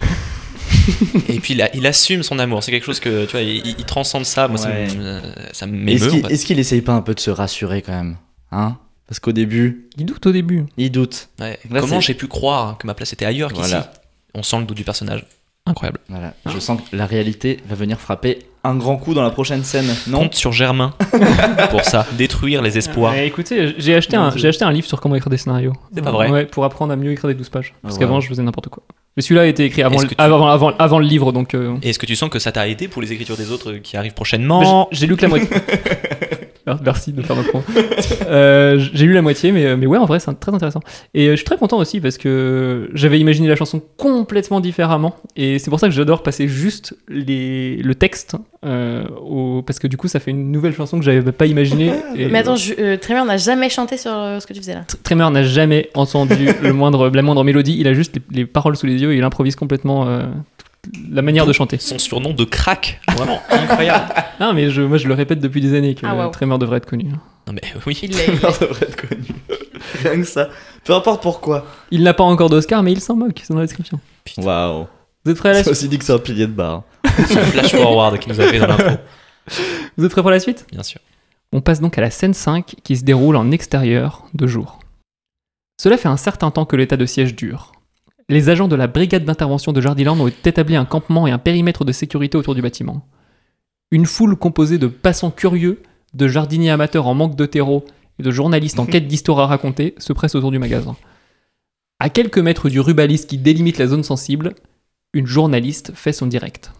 Speaker 7: Et puis il, a- il assume son amour. C'est quelque chose que tu vois, il, il transcende ça. Moi, ça me-
Speaker 10: Ouais.
Speaker 7: ça, me
Speaker 10: Est-ce
Speaker 7: m'émeut. en
Speaker 10: qu'il
Speaker 7: fait.
Speaker 10: est-ce qu'il essaye pas un peu de se rassurer quand même Hein Parce qu'au début,
Speaker 4: Il doute au début.
Speaker 10: il doute.
Speaker 7: Ouais.
Speaker 10: Là,
Speaker 7: Comment
Speaker 10: c'est-
Speaker 7: j'ai pu croire que ma place était ailleurs qu'ici
Speaker 10: Voilà.
Speaker 7: On sent le doute du personnage. Incroyable.
Speaker 10: Voilà. Je sens que la réalité va venir frapper un grand coup dans la prochaine scène. Non
Speaker 7: Compte sur Germain pour ça. Détruire les espoirs.
Speaker 4: Mais Eh, écoutez, j'ai acheté,
Speaker 10: Mon
Speaker 4: un,
Speaker 10: Dieu.
Speaker 4: j'ai acheté un livre sur comment écrire des scénarios.
Speaker 7: C'est pas vrai.
Speaker 4: Ouais, pour apprendre à mieux écrire des 12 pages. Parce
Speaker 10: Ah ouais.
Speaker 4: qu'avant, je faisais n'importe quoi. Mais celui-là a été écrit avant,
Speaker 7: Est-ce
Speaker 4: le-
Speaker 7: que tu-
Speaker 4: avant, avant, avant le livre, donc. euh,
Speaker 7: Et est-ce que tu sens que ça t'a aidé pour les écritures des autres qui arrivent
Speaker 4: Mais
Speaker 7: prochainement
Speaker 4: J'ai j'ai lu que la moitié. Ah, Merci de faire ma promo. Euh, j'ai lu la moitié, mais, mais ouais, en vrai, c'est un- très intéressant. Et euh, je suis très content aussi parce que j'avais imaginé la chanson complètement différemment. Et c'est pour ça que j'adore passer juste les, le texte. euh, au, parce que du coup, ça fait une nouvelle chanson que j'avais pas imaginée. Et,
Speaker 5: Mais attends, je- euh, Tremor n'a jamais chanté sur euh, ce que tu faisais là.
Speaker 4: Tremor n'a jamais entendu le moindre, la moindre mélodie. Il a juste les, les paroles sous les yeux et il improvise complètement euh, la manière de chanter.
Speaker 7: Son surnom de crack. Vraiment incroyable.
Speaker 4: Non, mais je, moi, je le répète depuis des années que
Speaker 5: Ah, waouh.
Speaker 4: Tremor devrait être connu.
Speaker 7: Non mais oui.
Speaker 5: Il l'a-
Speaker 10: Ça devrait être connu. Rien que ça. Peu importe pourquoi.
Speaker 4: Il n'a pas encore d'Oscar, mais il s'en moque, c'est dans la description.
Speaker 10: Waouh.
Speaker 4: Vous êtes prêts à la
Speaker 10: Ça
Speaker 4: suite
Speaker 10: aussi dit que c'est un pilier de barre.
Speaker 7: Son flash forward qui nous a fait dans l'intro.
Speaker 4: Vous êtes prêts pour la suite
Speaker 7: Bien sûr.
Speaker 4: On passe donc à la scène 5 qui se déroule en extérieur de jour. Cela fait un certain temps que l'état de siège dure. Les agents de la brigade d'intervention de Jardiland ont établi un campement et un périmètre de sécurité autour du bâtiment. Une foule composée de passants curieux, de jardiniers amateurs en manque de terreau et de journalistes en quête d'histoire à raconter se presse autour du magasin. À quelques mètres du rubaliste qui délimite la zone sensible, une journaliste fait son direct.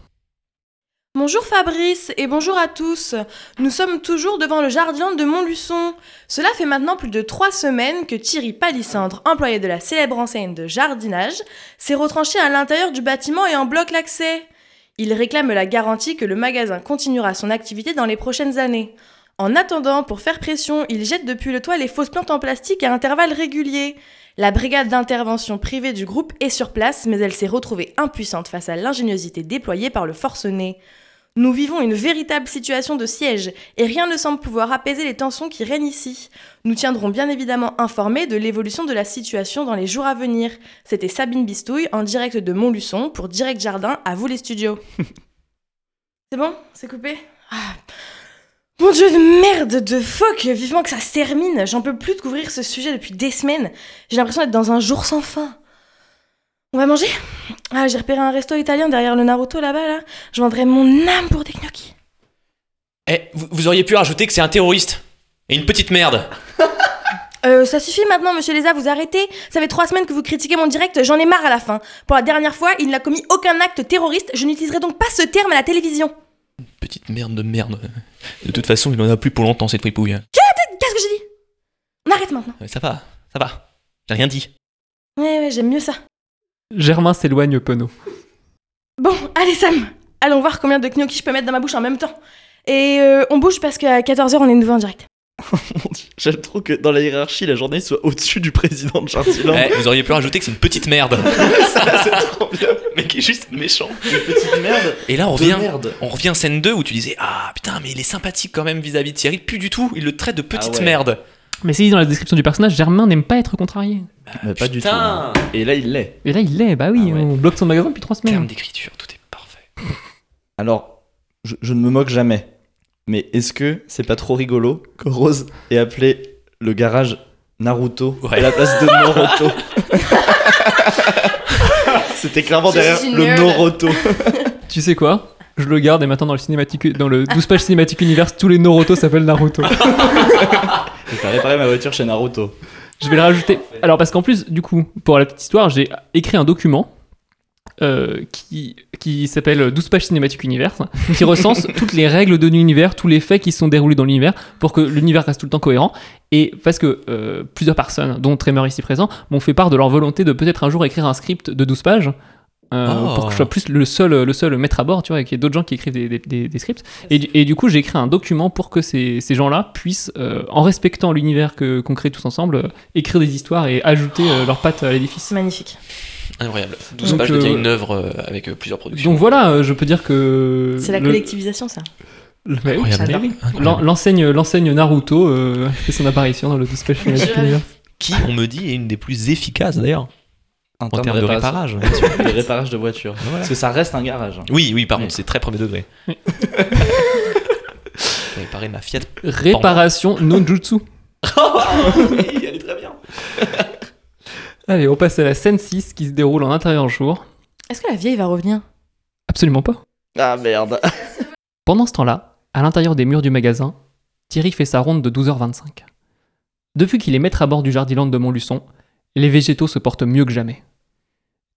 Speaker 5: Bonjour Fabrice et bonjour à tous. Nous sommes toujours devant le jardin de Montluçon. Cela fait maintenant plus de trois semaines que Thierry Palissandre, employé de la célèbre enseigne de jardinage, s'est retranché à l'intérieur du bâtiment et en bloque l'accès. Il réclame la garantie que le magasin continuera son activité dans les prochaines années. En attendant, pour faire pression, il jette depuis le toit les fausses plantes en plastique à intervalles réguliers. La brigade d'intervention privée du groupe est sur place, mais elle s'est retrouvée impuissante face à l'ingéniosité déployée par le forcené. Nous vivons une véritable situation de siège et rien ne semble pouvoir apaiser les tensions qui règnent ici. Nous tiendrons bien évidemment informés de l'évolution de la situation dans les jours à venir. C'était Sabine Bistouille en direct de Montluçon pour Direct Jardin, à vous les studios. C'est bon C'est coupé Ah. Mon dieu de merde, de phoque Vivement que ça se termine J'en peux plus de couvrir ce sujet depuis des semaines. J'ai l'impression d'être dans un jour sans fin. On va manger Ah, j'ai repéré un resto italien derrière le Naruto là-bas, là. Je vendrais mon âme pour des gnocchis.
Speaker 7: Eh, vous, vous auriez pu rajouter que c'est un terroriste. Et une petite merde.
Speaker 5: Euh, ça suffit maintenant, monsieur Léza, vous arrêtez. Ça fait trois semaines que vous critiquez mon direct, j'en ai marre à la fin. Pour la dernière fois, il n'a commis aucun acte terroriste, je n'utiliserai donc pas ce terme à la télévision.
Speaker 7: Petite merde de merde. De toute façon, il en a plus pour longtemps, cette fripouille.
Speaker 5: Qu'est-ce que j'ai dit On arrête maintenant.
Speaker 7: Euh, Ça va, ça va. J'ai rien dit.
Speaker 5: Ouais, ouais, j'aime mieux ça.
Speaker 4: Germain s'éloigne penaud.
Speaker 5: Bon, allez Sam, allons voir combien de gnocchis je peux mettre dans ma bouche en même temps. Et euh, on bouge parce qu'à 14h, on est nouveau en direct.
Speaker 6: Mon Dieu, J'aime trop que dans la hiérarchie, la journée soit au-dessus du président de Jardiland.
Speaker 7: Eh, vous auriez pu rajouter que c'est une petite merde.
Speaker 6: Ça, c'est trop bien.
Speaker 7: Mais qui est juste méchant.
Speaker 6: Une petite merde.
Speaker 7: Et là, on
Speaker 6: de
Speaker 7: revient.
Speaker 6: merde.
Speaker 7: On revient à scène 2 où tu disais Ah putain, mais il est sympathique quand même vis-à-vis de Thierry. Plus du tout, il le traite de petite
Speaker 6: Ah ouais.
Speaker 7: merde.
Speaker 4: Mais c'est dit dans la description du personnage, Germain n'aime pas être contrarié.
Speaker 6: Mais pas du tout.
Speaker 7: Putain
Speaker 6: hein. Et là, il l'est.
Speaker 4: Et là, il l'est, bah oui,
Speaker 6: Ah ouais.
Speaker 4: on bloque son magasin depuis trois
Speaker 7: Terme
Speaker 4: semaines.
Speaker 7: d'écriture, tout est parfait.
Speaker 6: Alors, je, je ne me moque jamais. Mais est-ce que c'est pas trop rigolo que Rose ait appelé le garage Naruto
Speaker 7: Ouais.
Speaker 6: à la place de Naruto C'était clairement
Speaker 5: Je
Speaker 6: derrière
Speaker 5: suis une
Speaker 6: le
Speaker 5: nerd.
Speaker 6: Naruto.
Speaker 4: Tu sais quoi Je le garde et maintenant dans le, cinématique, dans le 12 pages cinématique univers, tous les Naruto s'appellent Naruto.
Speaker 6: Je vais faire réparer ma voiture chez Naruto.
Speaker 4: Je vais le rajouter. Alors, parce qu'en plus, du coup, pour la petite histoire, j'ai écrit un document euh, qui, qui s'appelle 12 pages cinématique univers, qui recense toutes les règles de l'univers, tous les faits qui se sont déroulés dans l'univers, pour que l'univers reste tout le temps cohérent. Et parce que euh, plusieurs personnes, dont Tremor ici présent, m'ont fait part de leur volonté de peut-être un jour écrire un script de 12 pages. euh,
Speaker 7: Oh.
Speaker 4: Pour que je sois plus le seul, le seul maître à bord, tu vois, et qu'il y ait d'autres gens qui écrivent des, des- des- des scripts. Et du, et du coup, j'ai écrit un document pour que ces, ces gens-là puissent, euh, en respectant l'univers que- qu'on crée tous ensemble, euh, écrire des histoires et ajouter euh, leurs pattes à l'édifice.
Speaker 5: C'est magnifique.
Speaker 7: Incroyable. 12
Speaker 4: Donc,
Speaker 7: pages devient
Speaker 4: euh,
Speaker 7: une œuvre euh, avec euh, plusieurs productions.
Speaker 4: Donc voilà, euh, je peux dire que.
Speaker 5: C'est la
Speaker 4: le-
Speaker 5: collectivisation, ça.
Speaker 4: le- mais oui,
Speaker 7: Incroyable.
Speaker 4: mais oui.
Speaker 7: Incroyable.
Speaker 4: L'en- L'enseigne l'enseigne Naruto euh, fait son apparition dans le Dispatch Cinematic
Speaker 5: Je rêve.
Speaker 4: Universe.
Speaker 7: Qui, on me dit, est une des plus efficaces d'ailleurs
Speaker 6: En
Speaker 7: en termes de réparage.
Speaker 6: de réparage de voiture. Parce que ça reste un garage. hein.
Speaker 7: Oui, oui, pardon,
Speaker 6: Oui.
Speaker 7: c'est très premier degré. Réparer ma Fiat.
Speaker 4: Réparation non jutsu.
Speaker 7: Oh, elle est très bien.
Speaker 4: Allez, on passe à la scène 6 qui se déroule en intérieur jour.
Speaker 5: Est-ce que la vieille va revenir
Speaker 4: Absolument pas.
Speaker 6: Ah merde.
Speaker 4: Pendant ce temps-là, à l'intérieur des murs du magasin, Thierry fait sa ronde de 12h25. Depuis qu'il est maître à bord du Jardiland de Montluçon, les végétaux se portent mieux que jamais.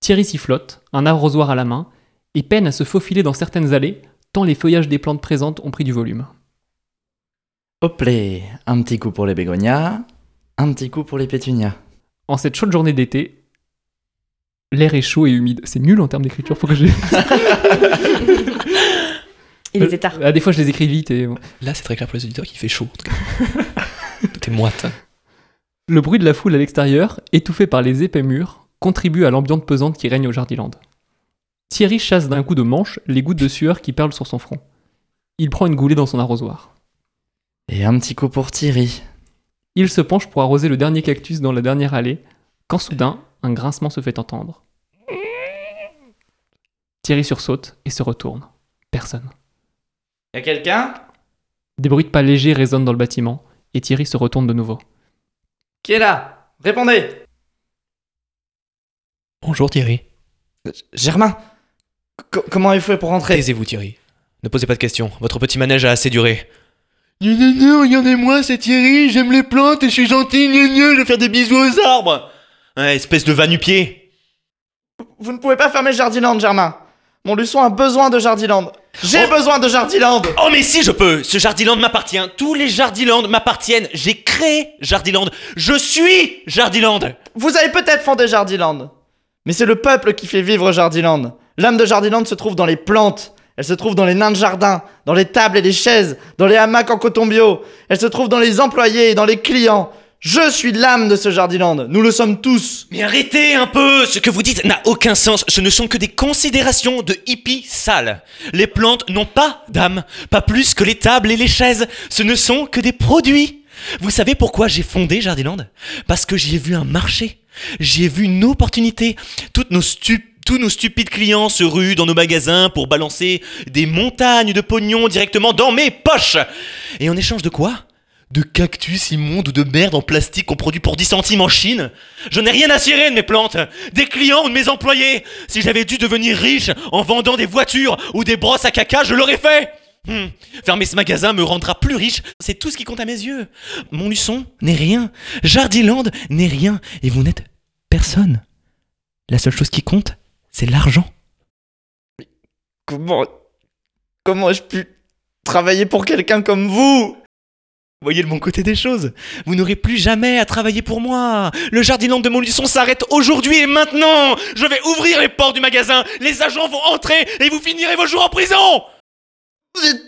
Speaker 4: Thierry s'y flotte, un arrosoir à la main, et peine à se faufiler dans certaines allées, tant les feuillages des plantes présentes ont pris du volume.
Speaker 6: Hop là. Un petit coup pour les bégonias. Un petit coup pour les pétunias.
Speaker 4: En cette chaude journée d'été, l'air est chaud et humide. C'est nul en termes d'écriture, faut que j'ai.
Speaker 5: Il était tard.
Speaker 4: Ah, des fois, je les écris vite et. bon.
Speaker 7: Là, c'est très clair pour les auditeurs qu'il fait chaud. En tout, cas. tout est moite.
Speaker 4: Le bruit de la foule à l'extérieur, étouffé par les épais murs, contribue à l'ambiance pesante qui règne au Jardiland. Thierry chasse d'un coup de manche les gouttes de sueur qui perlent sur son front. Il prend une goulée dans son arrosoir.
Speaker 6: Et un petit coup pour Thierry.
Speaker 4: Il se penche pour arroser le dernier cactus dans la dernière allée, quand soudain, un grincement se fait entendre. Thierry sursaute et se retourne. Personne.
Speaker 6: Y'a quelqu'un
Speaker 4: Des bruits de pas légers résonnent dans le bâtiment, et Thierry se retourne de nouveau.
Speaker 6: Qui est là Répondez
Speaker 7: Bonjour Thierry.
Speaker 6: Germain co- Comment il fait pour rentrer
Speaker 7: Taisez-vous Thierry. Ne posez pas de questions. Votre petit manège a assez duré. Gna gna gna, regardez-moi, c'est Thierry, j'aime les plantes et je suis gentil, gna gna, je vais faire des bisous aux arbres Ouais, espèce de vanupier
Speaker 6: Vous ne pouvez pas fermer le Jardiland, Germain Montluçon a besoin de Jardiland. J'ai
Speaker 7: Oh.
Speaker 6: besoin de Jardiland.
Speaker 7: Oh mais si je peux Ce Jardiland m'appartient Tous les Jardiland m'appartiennent J'ai créé Jardiland Je suis Jardiland
Speaker 6: Vous avez peut-être fondé Jardiland, mais c'est le peuple qui fait vivre Jardiland. L'âme de Jardiland se trouve dans les plantes, elle se trouve dans les nains de jardin, dans les tables et les chaises, dans les hamacs en coton bio, elle se trouve dans les employés et dans les clients. Je suis l'âme de ce Jardiland, nous le sommes tous.
Speaker 7: Mais arrêtez un peu Ce que vous dites n'a aucun sens Ce ne sont que des considérations de hippies sales Les plantes n'ont pas d'âme Pas plus que les tables et les chaises Ce ne sont que des produits Vous savez pourquoi j'ai fondé Jardiland Parce que j'y ai vu un marché J'y ai vu une opportunité Toutes nos stup- tous nos stupides clients se ruent dans nos magasins pour balancer des montagnes de pognon directement dans mes poches. Et en échange de quoi De cactus immondes ou de merde en plastique qu'on produit pour 10 centimes en Chine Je n'ai rien à cirer de mes plantes, des clients ou de mes employés. Si j'avais dû devenir riche en vendant des voitures ou des brosses à caca, je l'aurais fait. Hmm. Fermer ce magasin me rendra plus riche, c'est tout ce qui compte à mes yeux. Montluçon n'est rien, Jardiland n'est rien, et vous n'êtes personne. La seule chose qui compte, c'est l'argent.
Speaker 6: Comment. Comment ai-je pu travailler pour quelqu'un comme vous
Speaker 7: Voyez le bon côté des choses. Vous n'aurez plus jamais à travailler pour moi. Le jardinant de Montluçon s'arrête aujourd'hui et maintenant. Je vais ouvrir les portes du magasin. Les agents vont entrer et vous finirez vos jours en prison.
Speaker 6: Vous êtes.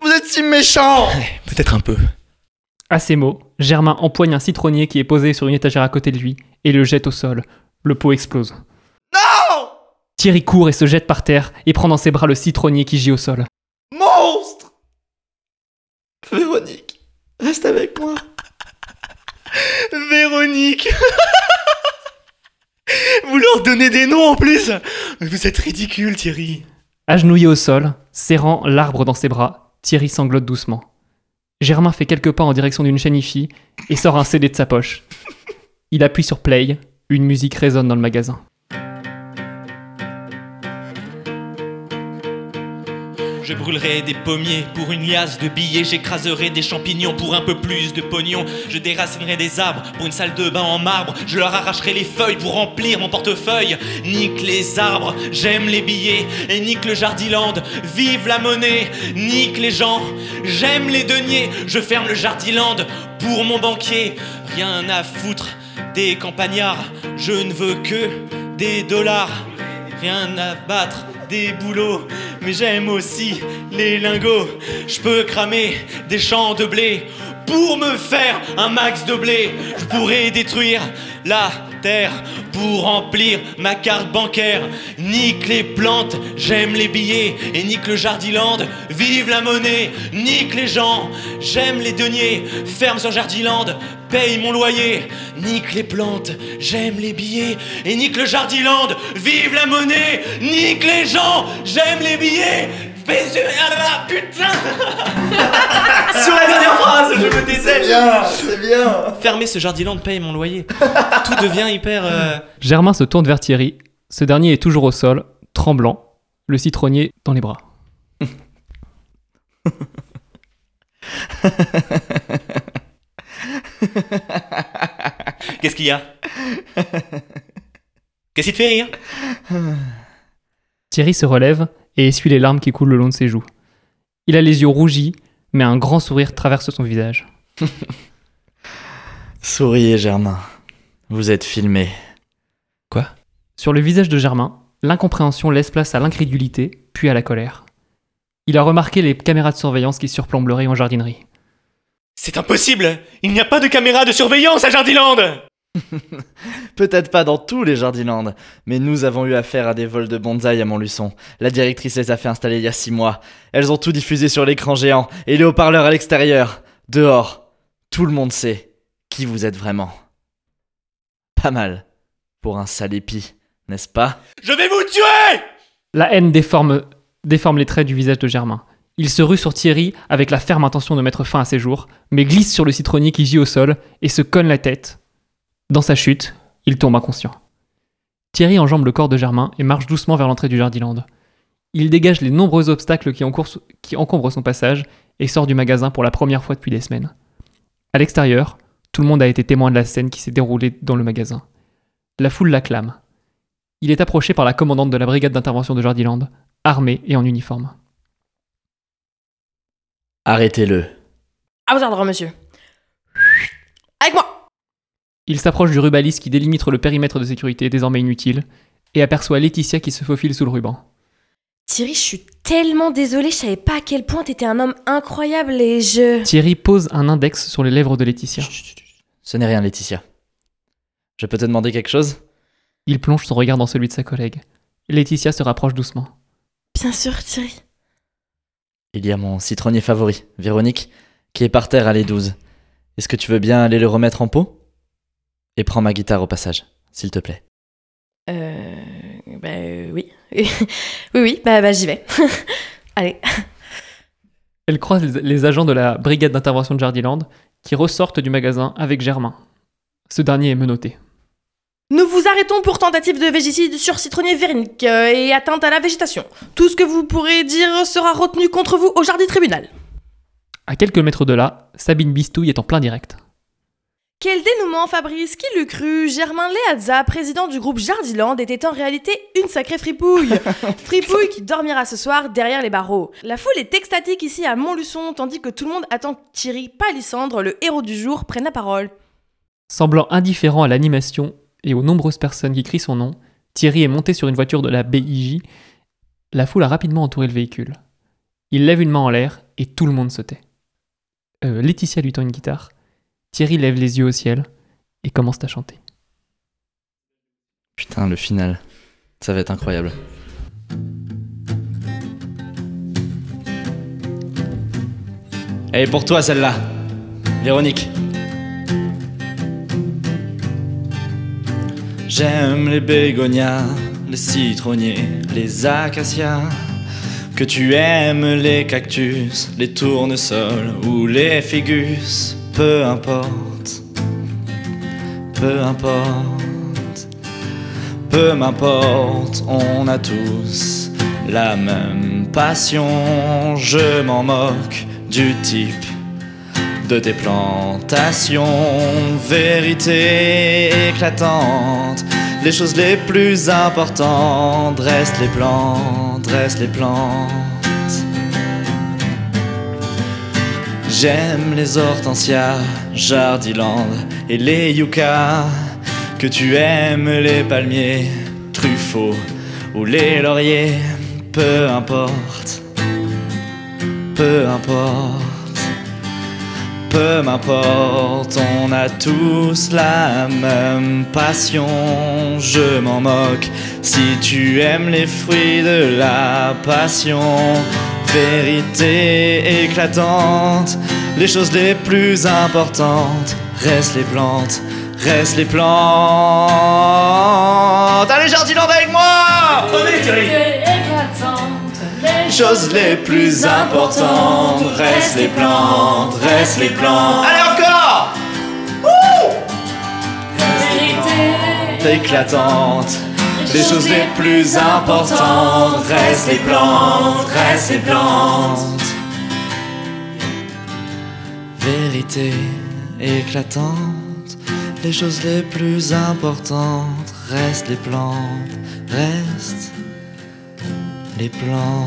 Speaker 6: Vous êtes si méchant
Speaker 7: Peut-être un peu.
Speaker 4: À ces mots, Germain empoigne un citronnier qui est posé sur une étagère à côté de lui et le jette au sol. Le pot explose. Non
Speaker 6: Oh,
Speaker 4: Thierry court et se jette par terre et prend dans ses bras le citronnier qui gît au sol.
Speaker 6: Monstre Véronique, reste avec moi.
Speaker 7: Véronique. vous leur donnez des noms en plus. Vous êtes ridicule, Thierry.
Speaker 4: Agenouillé au sol, serrant l'arbre dans ses bras, Thierry sanglote doucement. Germain fait quelques pas en direction d'une chaîne hi-fi et sort un CD de sa poche. Il appuie sur play, une musique résonne dans le magasin.
Speaker 7: Je brûlerai des pommiers pour une liasse de billets, j'écraserai des champignons pour un peu plus de pognon, je déracinerai des arbres pour une salle de bain en marbre, je leur arracherai les feuilles pour remplir mon portefeuille. Nique les arbres, j'aime les billets, et nique le jardiland, vive la monnaie, nique les gens, j'aime les deniers, je ferme le jardiland pour mon banquier, rien à foutre des campagnards, je ne veux que des dollars. Rien à battre des boulots, mais j'aime aussi les lingots. Je peux cramer des champs de blé pour me faire un max de blé. Je pourrais détruire la terre pour remplir ma carte bancaire. Nique les plantes, j'aime les billets et nique le jardiland. Vive la monnaie, nique les gens, j'aime les deniers. Ferme sur jardiland, paye mon loyer. Nique les plantes, j'aime les billets et nique le jardiland. Vive la monnaie, nique les gens, j'aime les billets. Fais- Ah là là, putain Sur la dernière phrase, je me décèle.
Speaker 6: c'est bien
Speaker 7: Fermez ce jardiland, paye mon loyer. Tout devient hyper. euh,
Speaker 4: Germain se tourne vers Thierry, ce dernier est toujours au sol, tremblant, le citronnier dans les bras.
Speaker 7: Qu'est-ce qu'il y a Qu'est-ce qui te fait rire
Speaker 4: Thierry se relève et essuie les larmes qui coulent le long de ses joues. Il a les yeux rougis, mais un grand sourire traverse son visage.
Speaker 6: Souriez, Germain. Vous êtes filmé.
Speaker 4: Sur le visage de Germain, l'incompréhension laisse place à l'incrédulité, puis à la colère. Il a remarqué les caméras de surveillance qui surplombent le rayon jardinerie.
Speaker 7: C'est impossible Il n'y a pas de caméra de surveillance à Jardiland
Speaker 6: Peut-être pas dans tous les Jardilands, mais nous avons eu affaire à des vols de bonsaï à Montluçon. La directrice les a fait installer il y a six mois. Elles ont tout diffusé sur l'écran géant et les haut-parleurs à l'extérieur. Dehors, tout le monde sait qui vous êtes vraiment. Pas mal pour un sale épi, n'est-ce pas
Speaker 7: Je vais vous tuer
Speaker 4: La haine déforme, déforme les traits du visage de Germain. Il se rue sur Thierry avec la ferme intention de mettre fin à ses jours, mais glisse sur le citronnier qui gît au sol et se cogne la tête. Dans sa chute, il tombe inconscient. Thierry enjambe le corps de Germain et marche doucement vers l'entrée du Jardiland. Il dégage les nombreux obstacles qui, encours- qui encombrent son passage et sort du magasin pour la première fois depuis des semaines. À l'extérieur, tout le monde a été témoin de la scène qui s'est déroulée dans le magasin. La foule l'acclame. Il est approché par la commandante de la brigade d'intervention de Jardiland, armés et en uniforme.
Speaker 6: Arrêtez-le.
Speaker 5: À vos ordres, monsieur. Avec moi
Speaker 4: Il s'approche du rubalis qui délimite le périmètre de sécurité désormais inutile et aperçoit Laetitia qui se faufile sous le ruban.
Speaker 2: Thierry, je suis tellement désolée, je savais pas à quel point t'étais un homme incroyable et je.
Speaker 4: Thierry pose un index sur les lèvres de Laetitia.
Speaker 6: Chut, chut, chut. Ce n'est rien, Laetitia. Je peux te demander quelque chose
Speaker 4: Il plonge son regard dans celui de sa collègue. Laetitia se rapproche doucement.
Speaker 5: Bien sûr, Thierry.
Speaker 6: Il y a mon citronnier favori, Véronique, qui est par terre à les 12. Est-ce que tu veux bien aller le remettre en pot Et prends ma guitare au passage, s'il te plaît.
Speaker 5: Euh. Bah euh, oui. oui, oui, bah, bah j'y vais. Allez.
Speaker 4: Elle croise les- les agents de la brigade d'intervention de Jardiland qui ressortent du magasin avec Germain. Ce dernier est menotté.
Speaker 5: Nous vous arrêtons pour tentative de végicide sur citronnier vérinique euh, et atteinte à la végétation. Tout ce que vous pourrez dire sera retenu contre vous au jardin tribunal.
Speaker 4: À quelques mètres de là, Sabine Bistouille est en plein direct.
Speaker 5: Quel dénouement, Fabrice Qui l'eût cru Germain Leazza, président du groupe Jardiland, était en réalité une sacrée fripouille. fripouille qui dormira ce soir derrière les barreaux. La foule est extatique ici à Montluçon, tandis que tout le monde attend que Thierry Palissandre, le héros du jour, prenne la parole.
Speaker 4: Semblant indifférent à l'animation et aux nombreuses personnes qui crient son nom, Thierry est monté sur une voiture de la BIJ. La foule a rapidement entouré le véhicule. Il lève une main en l'air et tout le monde se tait. Euh, Laetitia lui tend une guitare. Thierry lève les yeux au ciel et commence à chanter.
Speaker 6: Putain, le final. Ça va être incroyable. Et pour toi, celle-là, Véronique. J'aime les bégonias, les citronniers, les acacias. Que tu aimes les cactus, les tournesols ou les figus, peu importe. Peu importe. Peu m'importe, on a tous la même passion. Je m'en moque du type de tes plantations. Vérité éclatante, les choses les plus importantes. Dresse les plantes, dresse les plantes. J'aime les hortensias, jardiland et les yuccas. Que tu aimes les palmiers, truffauts ou les lauriers, peu importe. Peu importe. Peu m'importe, on a tous la même passion. Je m'en moque si tu aimes les fruits de la passion. Vérité éclatante, les choses les plus importantes restent les plantes, restent les plantes. Allez, jardinant avec moi! Les choses les plus importantes restent les plantes, restent les plantes. Allez encore Éclatante. Les choses les plus importantes restent les plantes, restent les plantes. Vérité éclatante. Les choses les plus importantes restent les plantes, restent les plantes.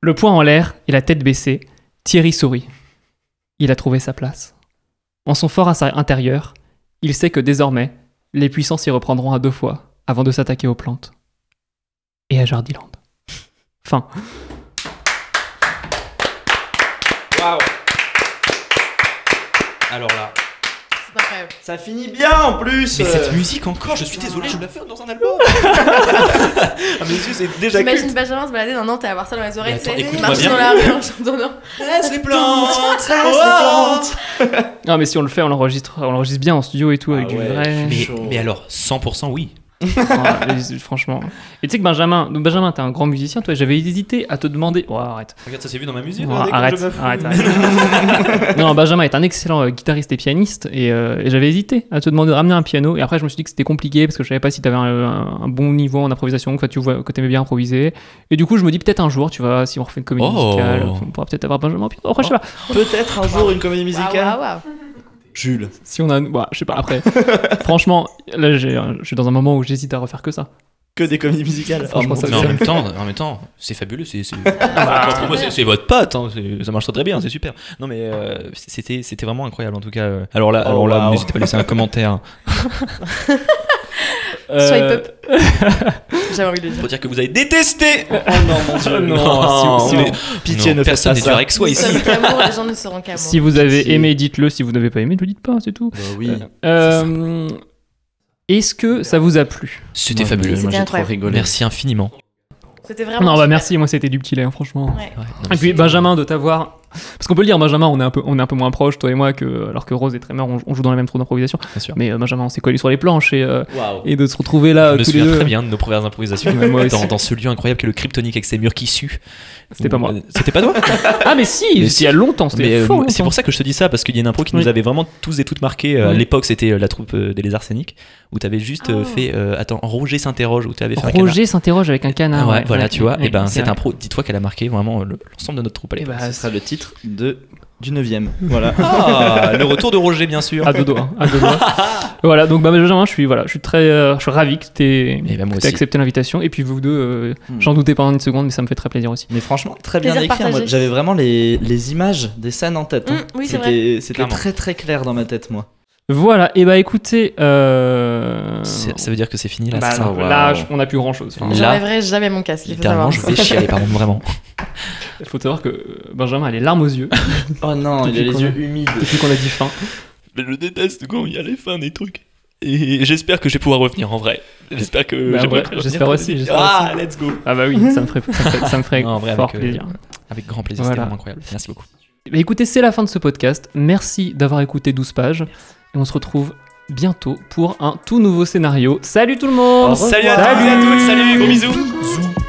Speaker 4: Le poing en l'air et la tête baissée, Thierry sourit. Il a trouvé sa place. En son fort à sa intérieur, il sait que désormais, les puissants s'y reprendront à deux fois avant de s'attaquer aux plantes. Et à Jardiland. Fin.
Speaker 7: Alors là.
Speaker 5: C'est incroyable.
Speaker 6: Ça finit bien en plus
Speaker 7: Mais
Speaker 6: euh.
Speaker 7: cette musique encore, je suis désolé, je la fais dans un album. ah, mes yeux, c'est déjà
Speaker 5: J'imagine
Speaker 7: culte.
Speaker 5: Benjamin se balader dans Nantes et avoir ça dans les oreilles.
Speaker 7: Mais attends,
Speaker 5: tu sais,
Speaker 7: écoute-moi
Speaker 5: marcher
Speaker 7: bien.
Speaker 5: dans la rue en chantant.
Speaker 6: Reste les plantes, reste les plantes.
Speaker 4: Non mais si on le fait, on l'enregistre, on l'enregistre bien en studio et tout avec
Speaker 6: Ah
Speaker 4: du
Speaker 6: ouais,
Speaker 4: vrai.
Speaker 7: Mais,
Speaker 6: Chaud.
Speaker 7: mais alors, 100% oui.
Speaker 4: Voilà, les- franchement. Et tu sais que Benjamin, donc Benjamin, t'es un grand musicien, toi. J'avais hésité à te demander. Oh, arrête.
Speaker 7: Regarde, ça s'est vu dans ma musique.
Speaker 4: Oh, arrête, arrête, arrête. non, Benjamin est un excellent euh, guitariste et pianiste et, euh, et j'avais hésité à te demander de ramener un piano et après je me suis dit que c'était compliqué parce que je savais pas si tu avais un, euh, un- un bon niveau en improvisation, que tu vois que t'aimais bien improviser et du coup je me dis peut-être un jour tu vas si on refait une comédie
Speaker 7: Oh.
Speaker 4: musicale on pourra peut-être avoir Benjamin au piano. Après je sais pas
Speaker 6: Peut-être un jour une comédie musicale. Jules.
Speaker 4: si on a bah, je sais pas après. Franchement là j'ai un- je suis dans un moment où j'hésite à refaire que ça.
Speaker 6: Que des comédies musicales.
Speaker 4: Franchement,
Speaker 6: Oh,
Speaker 4: ça-
Speaker 6: mon
Speaker 7: Mais en
Speaker 6: Dieu.
Speaker 7: même temps, en même temps, c'est fabuleux. C'est c'est-
Speaker 4: Ah,
Speaker 7: Franchement, moi, c'est- c'est votre pote. hein, c'est- ça marche très bien. C'est super. Non mais euh, c'était c'était vraiment incroyable en tout cas. euh. Alors là,
Speaker 6: Oh,
Speaker 7: alors là,
Speaker 6: wow.
Speaker 7: n'hésitez pas à laisser un commentaire
Speaker 5: Swipe up. J'avais envie de le dire.
Speaker 7: pour dire que vous avez détesté.
Speaker 6: Oh non, mon dieu.
Speaker 4: Non,
Speaker 7: si- si-
Speaker 6: non. Pitié,
Speaker 7: Non,
Speaker 6: ne faites
Speaker 7: personne
Speaker 6: pas
Speaker 7: n'est dur
Speaker 6: ça.
Speaker 7: avec soi
Speaker 5: Nous
Speaker 7: ici.
Speaker 5: sommes qu'amour, les gens ne seront qu'amour.
Speaker 4: Si vous avez
Speaker 6: Si.
Speaker 4: aimé dites-le, si vous n'avez pas aimé ne le dites pas, c'est tout.
Speaker 6: Bah oui.
Speaker 4: Euh, Est-ce que ça vous a plu
Speaker 7: C'était
Speaker 6: Moi,
Speaker 7: fabuleux.
Speaker 6: j'ai- moi, j'ai trop
Speaker 5: incroyable.
Speaker 6: rigolé.
Speaker 7: Merci infiniment.
Speaker 5: C'était vraiment.
Speaker 4: Non bah
Speaker 5: super.
Speaker 4: merci, moi c'était du petit lait hein, franchement.
Speaker 5: Ouais.
Speaker 4: Et puis Benjamin de t'avoir. Parce qu'on peut le dire, Benjamin, on est un peu, on est un peu moins proches, toi et moi, que, alors que Rose et Tremer, on, on joue dans la même trou d'improvisation.
Speaker 7: Bien sûr.
Speaker 4: Mais euh, Benjamin, on s'est collés sur les planches et, euh,
Speaker 6: Waouh.
Speaker 4: et de se retrouver là euh,
Speaker 7: Je me
Speaker 4: tous les
Speaker 7: souviens
Speaker 4: deux.
Speaker 7: très bien de nos premières improvisations
Speaker 4: Ouais, moi
Speaker 7: dans,
Speaker 4: aussi.
Speaker 7: dans ce lieu incroyable que le Kryptonique avec ses murs qui suent. Euh,
Speaker 4: C'était pas moi.
Speaker 7: C'était pas toi
Speaker 4: Ah mais si,
Speaker 7: Mais
Speaker 4: il y a longtemps,
Speaker 7: Mais,
Speaker 4: c'était
Speaker 7: euh,
Speaker 4: fort.
Speaker 7: c'est pour ça que je te dis ça parce qu'il y a une impro qui
Speaker 4: Oui.
Speaker 7: nous avait vraiment tous et toutes marqué.
Speaker 4: Oui. Ah.
Speaker 7: À l'époque, c'était euh, la troupe euh, des lézards scéniques où t'avais juste euh,
Speaker 5: Oh.
Speaker 7: fait euh, attends Roger s'interroge où t'avais fait un canard.
Speaker 4: Roger s'interroge avec un
Speaker 7: Ah
Speaker 4: canard.
Speaker 7: ouais, voilà, tu vois. et ben
Speaker 4: c'est
Speaker 7: cette
Speaker 4: un
Speaker 7: impro, dis-toi qu'elle a marqué vraiment euh, le- l'ensemble de notre troupe à
Speaker 4: Et
Speaker 7: l'époque.
Speaker 4: bah,
Speaker 6: Ce
Speaker 4: c'est-
Speaker 6: sera le titre de du 9ème. Voilà.
Speaker 7: Ah, le retour de Roger, bien sûr.
Speaker 4: à deux doigts. à deux doigts. voilà, donc bah, Benjamin, je suis, voilà, je suis très, euh, je suis ravi que t'aies
Speaker 7: Et bah, moi
Speaker 4: que t'aies
Speaker 7: aussi.
Speaker 4: accepté l'invitation. Et puis vous deux, euh,
Speaker 6: Hmm.
Speaker 4: j'en doutais pendant une seconde, mais ça me fait très plaisir aussi.
Speaker 6: Mais franchement, très bien
Speaker 5: Plaisir
Speaker 6: écrit. hein. Moi,
Speaker 5: partagé.
Speaker 6: J'avais vraiment les, les images des scènes en tête. hein.
Speaker 5: Mm, oui, c'est
Speaker 6: C'était c'était
Speaker 7: Clairement.
Speaker 6: très très clair dans ma tête, moi.
Speaker 4: Voilà, et bah écoutez, euh...
Speaker 7: C'est- Ça veut dire que c'est fini là.
Speaker 4: Bah,
Speaker 7: c'est ça
Speaker 4: non, là, je- on n'a plus grand chose.
Speaker 7: Là,
Speaker 5: J'enlèverai jamais mon casque. Il faut
Speaker 7: Littéralement,
Speaker 5: savoir.
Speaker 7: je vais chialer, pardon, vraiment.
Speaker 4: Il faut savoir que euh, Benjamin a les larmes aux yeux
Speaker 6: Oh non, il
Speaker 4: Depuis
Speaker 6: a les
Speaker 4: qu'on a-
Speaker 6: yeux humides.
Speaker 4: depuis qu'on a dit fin.
Speaker 7: Je déteste quand il y a les fins des trucs. Et j'espère que je vais pouvoir revenir en vrai. J'espère que
Speaker 4: Bah, en j'aimerais vrai, revenir j'espère dans aussi, des- j'espère Ah,
Speaker 7: let's go.
Speaker 4: Ah bah oui, ça me ferait, ça me ferait, ça me ferait
Speaker 7: Non, en vrai,
Speaker 4: fort
Speaker 7: avec, euh,
Speaker 4: plaisir.
Speaker 7: Avec grand plaisir,
Speaker 4: Voilà.
Speaker 7: c'était vraiment incroyable. Merci beaucoup.
Speaker 4: Bah, écoutez, c'est la fin de ce podcast. Merci d'avoir écouté 12 pages. Et on se retrouve bientôt pour un tout nouveau scénario. Salut tout le monde
Speaker 6: Au revoir.
Speaker 7: Salut à tous et à toutes, salut, gros bisous.